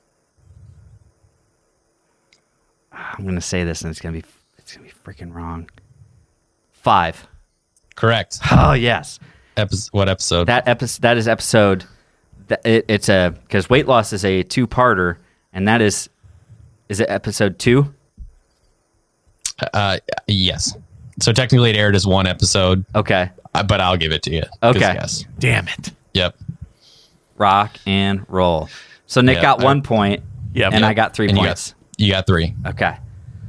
S1: I'm gonna say this, and it's gonna be it's gonna be freaking wrong. Five.
S3: Correct.
S1: Oh yes,
S3: Epis what episode?
S1: that episode. That is episode. That it, it's a because weight loss is a two-parter, and that is is it episode two?
S3: uh, yes. So technically it aired as one episode,
S1: Okay,
S3: uh, but I'll give it to you. 'Cause
S1: Okay.
S3: Yes.
S2: Damn it.
S3: Yep.
S1: rock and roll. So Nick
S3: Yeah,
S1: got
S3: I-
S1: one point,
S2: Yeah,
S1: and I got three
S3: And you
S1: points.
S3: got, you got three.
S1: Okay.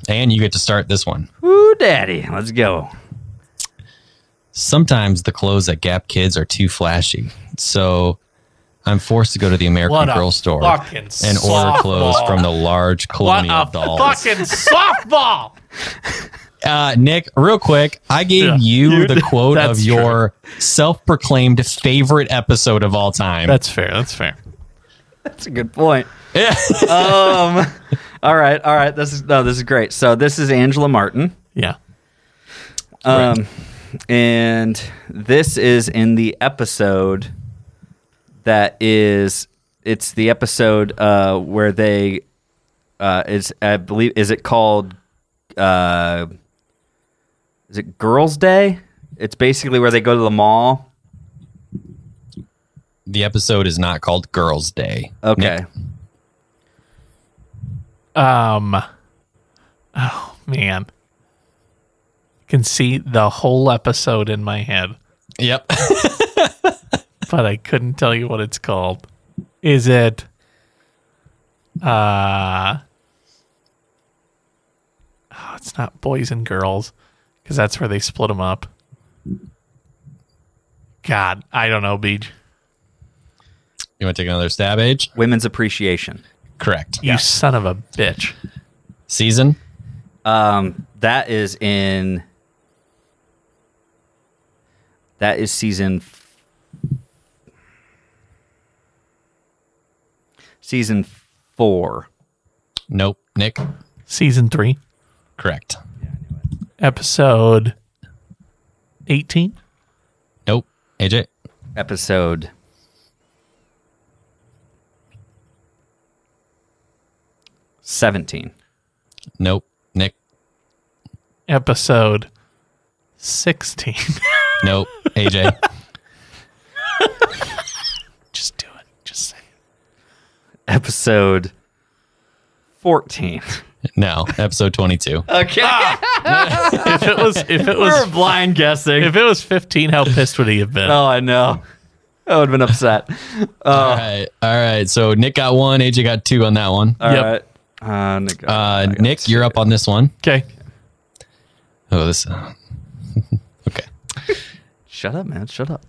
S3: And you get to start this one.
S1: Ooh, daddy. Let's go.
S3: Sometimes the clothes at Gap Kids are too flashy. So I'm forced to go to the American
S2: What a
S3: Girl store
S2: fucking
S3: and
S2: softball.
S3: order clothes from the large
S2: What
S3: colonial
S2: a
S3: dolls.
S2: fucking softball.
S3: uh, Nick, real quick, I gave
S2: Yeah.
S3: you,
S2: You
S3: the
S2: did.
S3: quote of
S2: That's
S3: your self-proclaimed favorite episode of all time.
S2: That's fair. That's fair.
S1: That's a good point. um, all right, all right. This is no, this is great. So this is Angela Martin,
S2: Yeah.
S1: um, and this is in the episode that is it's the episode uh, where they uh, is I believe is it called uh, is it Girls Day? It's basically where they go to the mall.
S3: the episode is not called Girls' Day.
S1: Okay,
S3: Nick,
S2: Um. Oh man. I can see the whole episode in my head,
S3: yep.
S2: but I couldn't tell you what it's called. Is it? Uh. Oh, it's not boys and girls, because that's where they split them up. God, I don't know, Beej.
S3: you want to take another stab, Age?
S1: Women's Appreciation.
S3: Correct.
S2: You son of a bitch.
S3: Season?
S1: Um, that is in. That is season. f- Season four.
S3: Nope. Nick?
S2: Season three,
S3: Correct.
S2: episode eighteen.
S3: Nope. AJ?
S1: episode. Seventeen.
S3: Nope. Nick?
S2: episode 16.
S3: Nope. AJ?
S2: Just do it. Just say it.
S1: Episode fourteen. Ah,
S3: no. Episode 22.
S1: Okay.
S2: If it was if
S1: We're
S2: it was
S1: blind guessing.
S2: if it was 15, how pissed would he have been?
S1: oh, I know. I would have been upset. Oh.
S3: all right. All right. So Nick got one. AJ got two on that one.
S1: All right,
S2: Yep.
S1: Uh, Nick,
S3: Uh, Nick, you're up on this one.
S2: Okay.
S3: Oh, this. Uh, okay.
S1: Shut up, man. Shut up.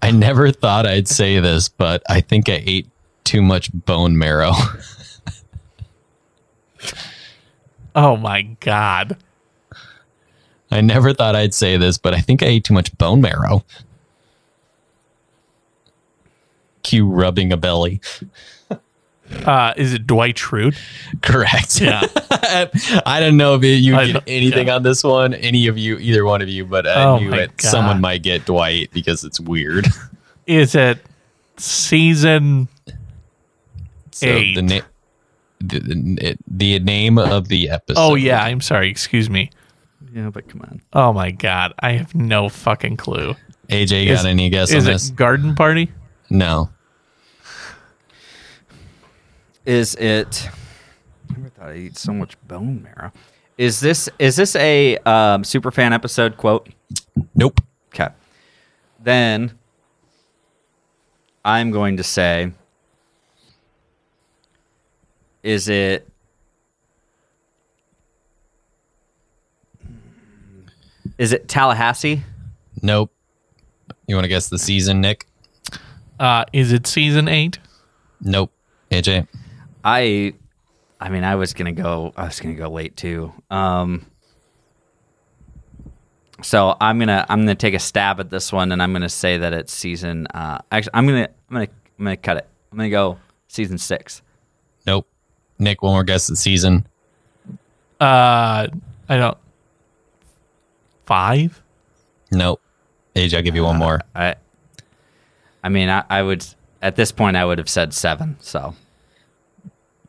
S3: I never thought I'd say this, but I think I ate too much bone marrow.
S2: Oh my god.
S3: I never thought I'd say this, but I think I ate too much bone marrow. Cue rubbing a belly.
S2: Uh is it Dwight Schrute?
S3: Correct.
S2: Yeah.
S3: I don't know if you
S2: I
S3: get
S2: don't-
S3: anything
S2: yeah.
S3: on this one, any of you, either one of you, but I
S2: Oh
S3: knew
S2: my
S3: it.
S2: God.
S3: Someone might get Dwight because it's weird.
S2: Is it season
S3: So
S2: Eight.
S3: the name, the, the, it- the name of the episode.
S2: Oh yeah, I'm sorry, excuse me.
S1: Yeah, but come on.
S2: Oh my god. I have no fucking clue.
S3: AJ, you
S2: Oh, Is-
S3: got any guess on
S2: Is
S3: this?
S2: it Garden Party?
S3: No.
S1: Is it? I never thought I eat so much bone marrow. Is this is this a um, superfan episode quote?
S3: Nope.
S1: Okay. Then I'm going to say, is it? Is it Tallahassee?
S3: Nope. You want to guess the season, Nick?
S2: Uh, is it season eight?
S3: Nope. AJ.
S1: I, I mean, I was gonna go. I was gonna go late too. Um, so I'm gonna I'm gonna take a stab at this one, and I'm gonna say that it's season. Uh, actually, I'm gonna I'm gonna I'm gonna cut it. I'm gonna go season six.
S3: Nope. Nick, one more guess the season.
S2: Uh, I don't. Five?
S3: Nope. AJ, I'll give you one more.
S1: I, I mean, I, I would at this point I would have said seven. So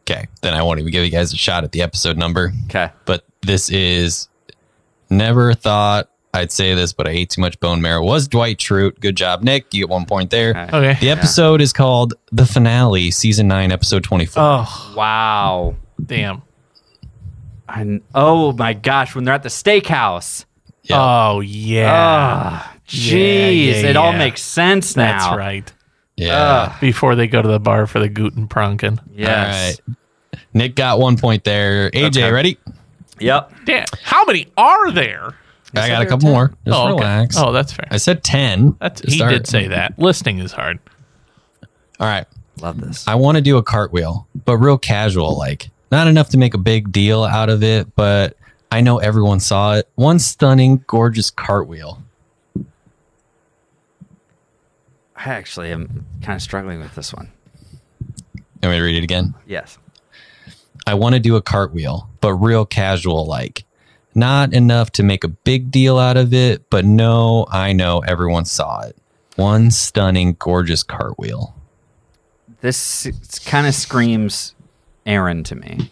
S3: Okay. Then I won't even give you guys a shot at the episode number.
S1: okay,
S3: But this is never thought I'd say this, but I ate too much bone marrow. Was Dwight Schrute. Good job, Nick. You get one point there.
S1: Okay.
S2: Okay.
S3: The episode is called The Finale, Season 9, Episode 24.
S2: Oh,
S1: wow.
S2: damn.
S1: And oh my gosh, when they're at the steakhouse.
S3: Yeah.
S2: Oh, yeah.
S1: Ah, jeez,
S2: Yeah, yeah,
S1: it all
S2: yeah.
S1: makes sense now.
S2: That's right.
S3: yeah.
S2: uh, Before they go to the bar for the Gutenpranken.
S1: Yes.
S3: Nick got one point there. AJ,
S2: Okay.
S3: ready?
S1: Yep.
S2: Damn. How many are there?
S3: I
S1: said
S3: got
S1: there
S3: a
S1: were
S3: couple
S1: 10.
S3: more. Just
S2: oh, okay.
S3: relax.
S2: Oh, that's fair.
S3: I said 10.
S2: That's,
S3: to
S2: he
S3: start.
S2: did say that. Listening is hard.
S3: All right.
S1: Love this.
S3: I want to do a cartwheel, but real casual, like not enough to make a big deal out of it, but I know everyone saw it. One stunning, gorgeous cartwheel.
S1: I actually am kind of struggling with this one.
S3: Let me to read it again.
S1: Yes.
S3: I want to do a cartwheel, but real casual, like not enough to make a big deal out of it, but no, I know everyone saw it. One stunning, gorgeous cartwheel.
S1: This kind of screams Aaron to me.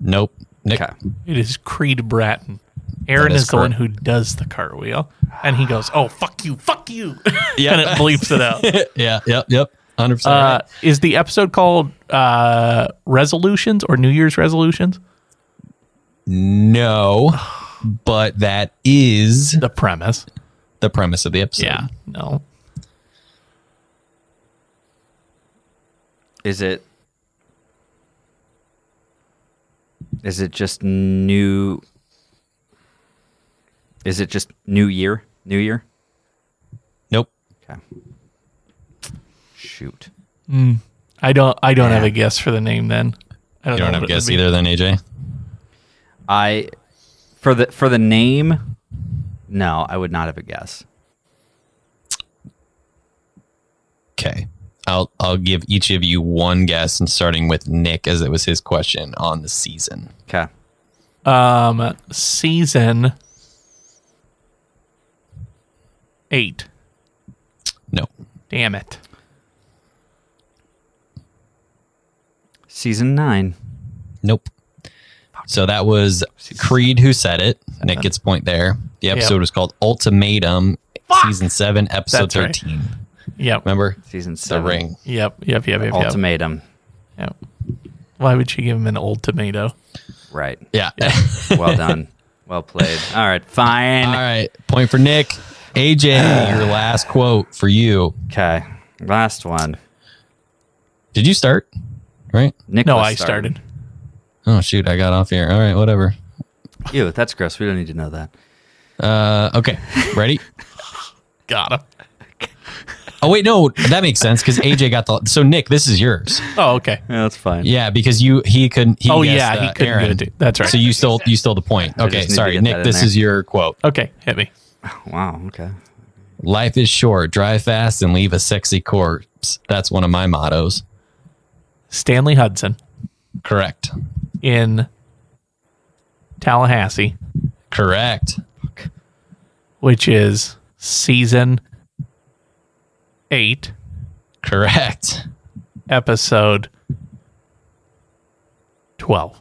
S3: Nope. Nick,
S1: Okay.
S2: It is Creed Bratton. Aaron
S3: That
S2: is,
S3: is
S2: the one
S3: correct.
S2: who does the cartwheel, and he goes, "Oh fuck you, fuck you,"
S3: Yeah.
S2: and it bleeps it out.
S3: yeah, yep, yep. 100%.
S2: Uh, is the episode called uh, "Resolutions" or "New Year's Resolutions"?
S3: no, but that is
S2: The premise,
S3: the premise of the episode.
S2: yeah, no,
S1: Is it Is it just new Is it just new year? New year?
S3: Nope.
S1: Okay. Shoot.
S2: I don't, I don't
S1: Yeah.
S2: have a guess for the name. Then I
S3: You don't
S2: know
S3: have
S2: what
S3: a
S2: it would
S3: guess
S2: be.
S3: either, then, AJ?
S1: I for the for the name no, I would not have a guess.
S3: Okay. I'll I'll give each of you one guess and starting with Nick as it was his question on the season.
S1: Okay.
S2: Um, season eight.
S3: No.
S2: Damn it.
S1: Season 9.
S3: Nope. So that was Creed who said it. Nick gets point there. The episode was called Ultimatum, season seven, episode
S2: That's right.
S3: thirteen.
S2: Yep.
S3: Remember?
S1: Season
S3: The
S1: 7.
S3: ring.
S2: Yep. Yep. Yep. Yep. Yep.
S1: Ultimatum.
S2: Yep. Why would she give him an old tomato?
S1: Right.
S3: Yeah.
S1: Well done. well played. All right, fine.
S3: All right. Point for Nick. AJ, your last quote for you.
S1: Okay. Last one.
S3: Did you start? Right?
S1: Nicholas
S2: No, I started.
S3: Oh shoot, I got off here. All right, whatever.
S1: Ew, that's gross. We don't need to know that.
S3: Uh okay. Ready?
S2: Got him.
S3: Oh wait, no, that makes sense because AJ got the. So Nick, this is yours.
S2: Oh, okay.
S1: Yeah, that's fine.
S3: Yeah, because you he couldn't. He
S2: oh,
S3: guessed,
S2: yeah.
S3: uh,
S2: he couldn't
S3: Aaron.
S2: do it. That's right.
S3: So you stole you stole the point.
S1: just
S3: Okay,
S1: need to
S3: sorry,
S1: get that
S3: Nick.
S1: in
S3: This
S1: there.
S3: is your quote.
S2: okay. Hit me.
S1: Wow. Okay.
S3: Life is short. Drive fast and leave a sexy corpse. That's one of my mottos.
S2: Stanley Hudson
S3: Correct.
S2: in Tallahassee,
S3: Correct.
S2: which is season eight,
S3: Correct.
S2: episode 12.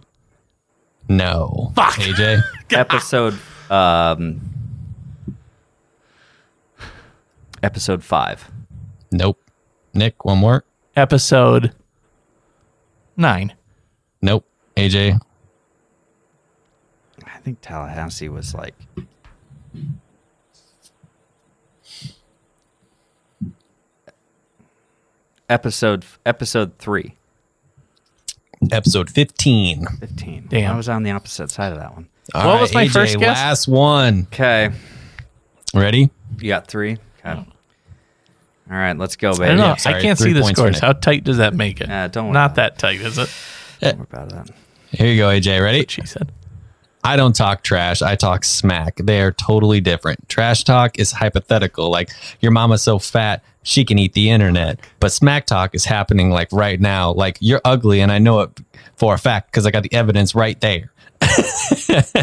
S3: No.
S2: Fuck.
S3: AJ.
S1: Episode um episode 5.
S3: Nope. Nick. One more.
S2: Episode nine.
S3: Nope. AJ.
S1: I think Tallahassee was like episode episode 3.
S3: Episode fifteen.
S1: 15.
S2: Damn.
S1: I was on the opposite side of that one.
S3: All
S2: What was my
S3: AJ,
S2: first guess?
S3: Last one.
S1: Okay.
S3: Ready?
S1: You got 3. Okay. All right, let's go, baby.
S2: I don't know.
S3: sorry,
S2: I can't
S3: three
S2: see the
S3: points for
S2: scores.
S3: Nick.
S2: How tight does that make it?
S1: Yeah, don't worry
S2: Not
S1: about
S2: that tight, is it?
S1: Don't worry about that.
S3: Here you go, AJ. Ready?
S2: She said.
S3: I don't talk trash. I talk smack. They are totally different. Trash talk is hypothetical, like your mama's so fat she can eat the internet. But smack talk is happening like right now. Like you're ugly, and I know it for a fact because I got the evidence right there.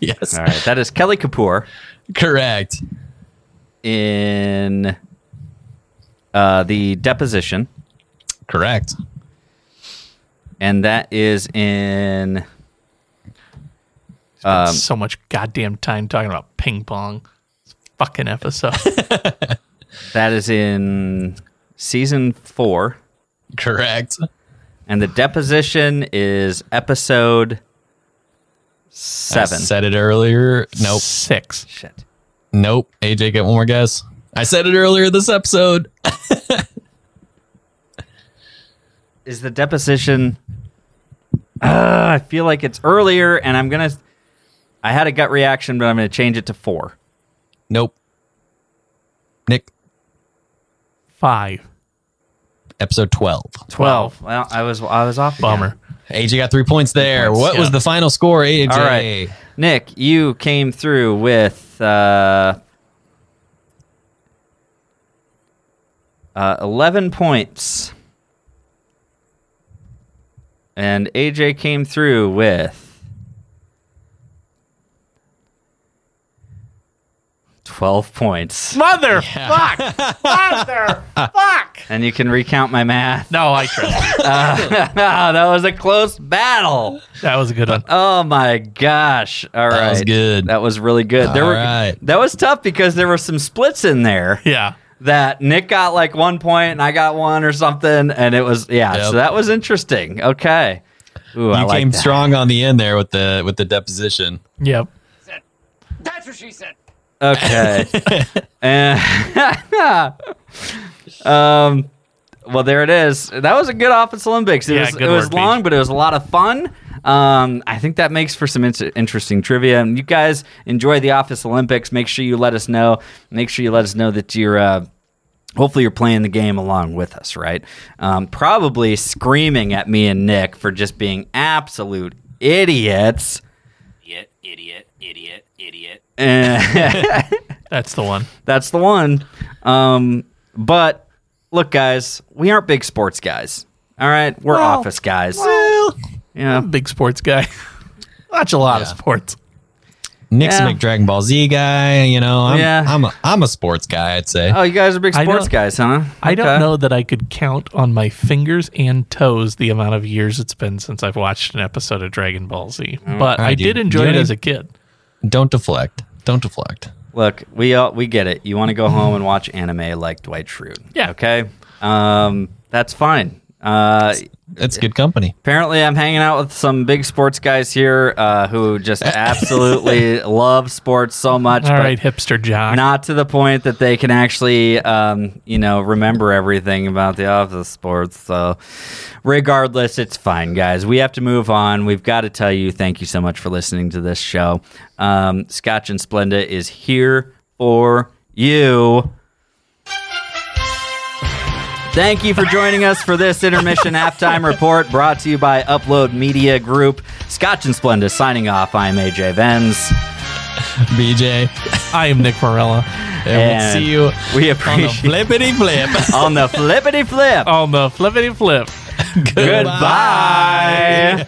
S3: yes,
S1: All right, that is Kelly Kapoor
S3: correct.
S1: in uh, the deposition,
S3: Correct.
S1: and that is in
S2: Spent so much goddamn time talking about ping pong. This Fucking episode.
S1: that is in season four,
S3: Correct.
S1: and the deposition is episode seven.
S3: I said it earlier. Nope.
S2: Six.
S1: Shit.
S3: Nope. AJ, get one more guess. I said it earlier this episode.
S1: Is the deposition? Ah, I feel like it's earlier, and I'm gonna. I had a gut reaction, but I'm gonna change it to four.
S3: Nope. Nick,
S2: Five.
S3: episode 12.
S1: Twelve. Well, I was I was off. again.
S2: Bummer.
S3: AJ got three points there.
S2: points,
S3: what was
S2: yeah.
S3: the final score, AJ?
S1: All right. Nick, you came through with uh, uh, 11 points. And AJ came through with 12 points.
S2: Mother fuck. Mother fuck.
S1: And you can recount my math.
S2: No, I trust. you.
S1: that was a close battle.
S2: That was a good one.
S1: Oh my gosh! All right,
S3: was good.
S1: That was really good. there
S3: All
S1: were
S3: right.
S1: that was tough because there were some splits in there
S2: Yeah.
S1: that Nick got like one point and I got one or something, and it was yeah.
S3: Yep.
S1: So that was interesting. Okay, Ooh, I
S3: You
S1: like
S3: came
S1: that.
S3: strong on the end there with the with the deposition.
S2: Yep.
S5: That's what she said.
S1: Okay, And- um, well there it is. That was a good offense Olympics. It
S2: Yeah,
S1: was
S2: good
S1: it was
S2: work,
S1: long,
S2: Beach.
S1: but it was a lot of fun. Um, I think that makes for some in- interesting trivia. And you guys enjoy the Office Olympics. Make sure you let us know. Make sure you let us know that you're. Uh, Hopefully you're playing the game along with us, right? Um, probably screaming at me and Nick for just being absolute idiots.
S5: Idiot, idiot, idiot, idiot.
S1: Eh,
S2: That's the one.
S1: That's the one. Um, but look, guys, we aren't big sports guys. All right, we're office guys.
S2: Well,
S1: yeah,
S2: I'm a big sports guy. Watch a lot of
S3: Yeah.
S2: sports.
S3: Nick's
S1: Yeah.
S3: a big Dragon Ball Z guy, you know. I'm
S1: Yeah.
S3: I'm a I'm a sports guy, I'd say.
S1: Oh, you guys are big
S2: I
S1: sports
S2: don't-
S1: guys, huh?
S2: I
S1: Okay.
S2: don't know that I could count on my fingers and toes the amount of years it's been since I've watched an episode of Dragon Ball Z. But
S3: right,
S2: I
S3: dude.
S2: did enjoy
S3: Do
S2: it
S3: any-
S2: as a kid.
S3: Don't deflect. Don't deflect.
S1: Look, we all, we get it. You want to go home and watch anime like Dwight Schrute.
S2: Yeah.
S1: Okay. Um, that's fine. Uh,
S3: That's good company.
S1: apparently, I'm hanging out with some big sports guys here uh, who just absolutely love sports so much.
S2: All
S1: but
S2: right, hipster jock.
S1: not to the point that they can actually, um, you know, remember everything about the office sports. So, regardless, it's fine, guys. We have to move on. We've got to tell you thank you so much for listening to this show. Um, Scotch and Splenda is here for you. Thank you for joining us for this intermission halftime report brought to you by Upload Media Group. Scotch and Splenda signing off. I'm AJ Venz.
S3: BJ.
S2: I am Nick Morella
S3: And we'll
S1: And
S3: see you
S1: We
S3: on the
S1: appreciate
S3: flippity flip.
S1: on the
S2: Oh,
S1: flippity flip.
S2: on the flippity flip.
S1: Goodbye.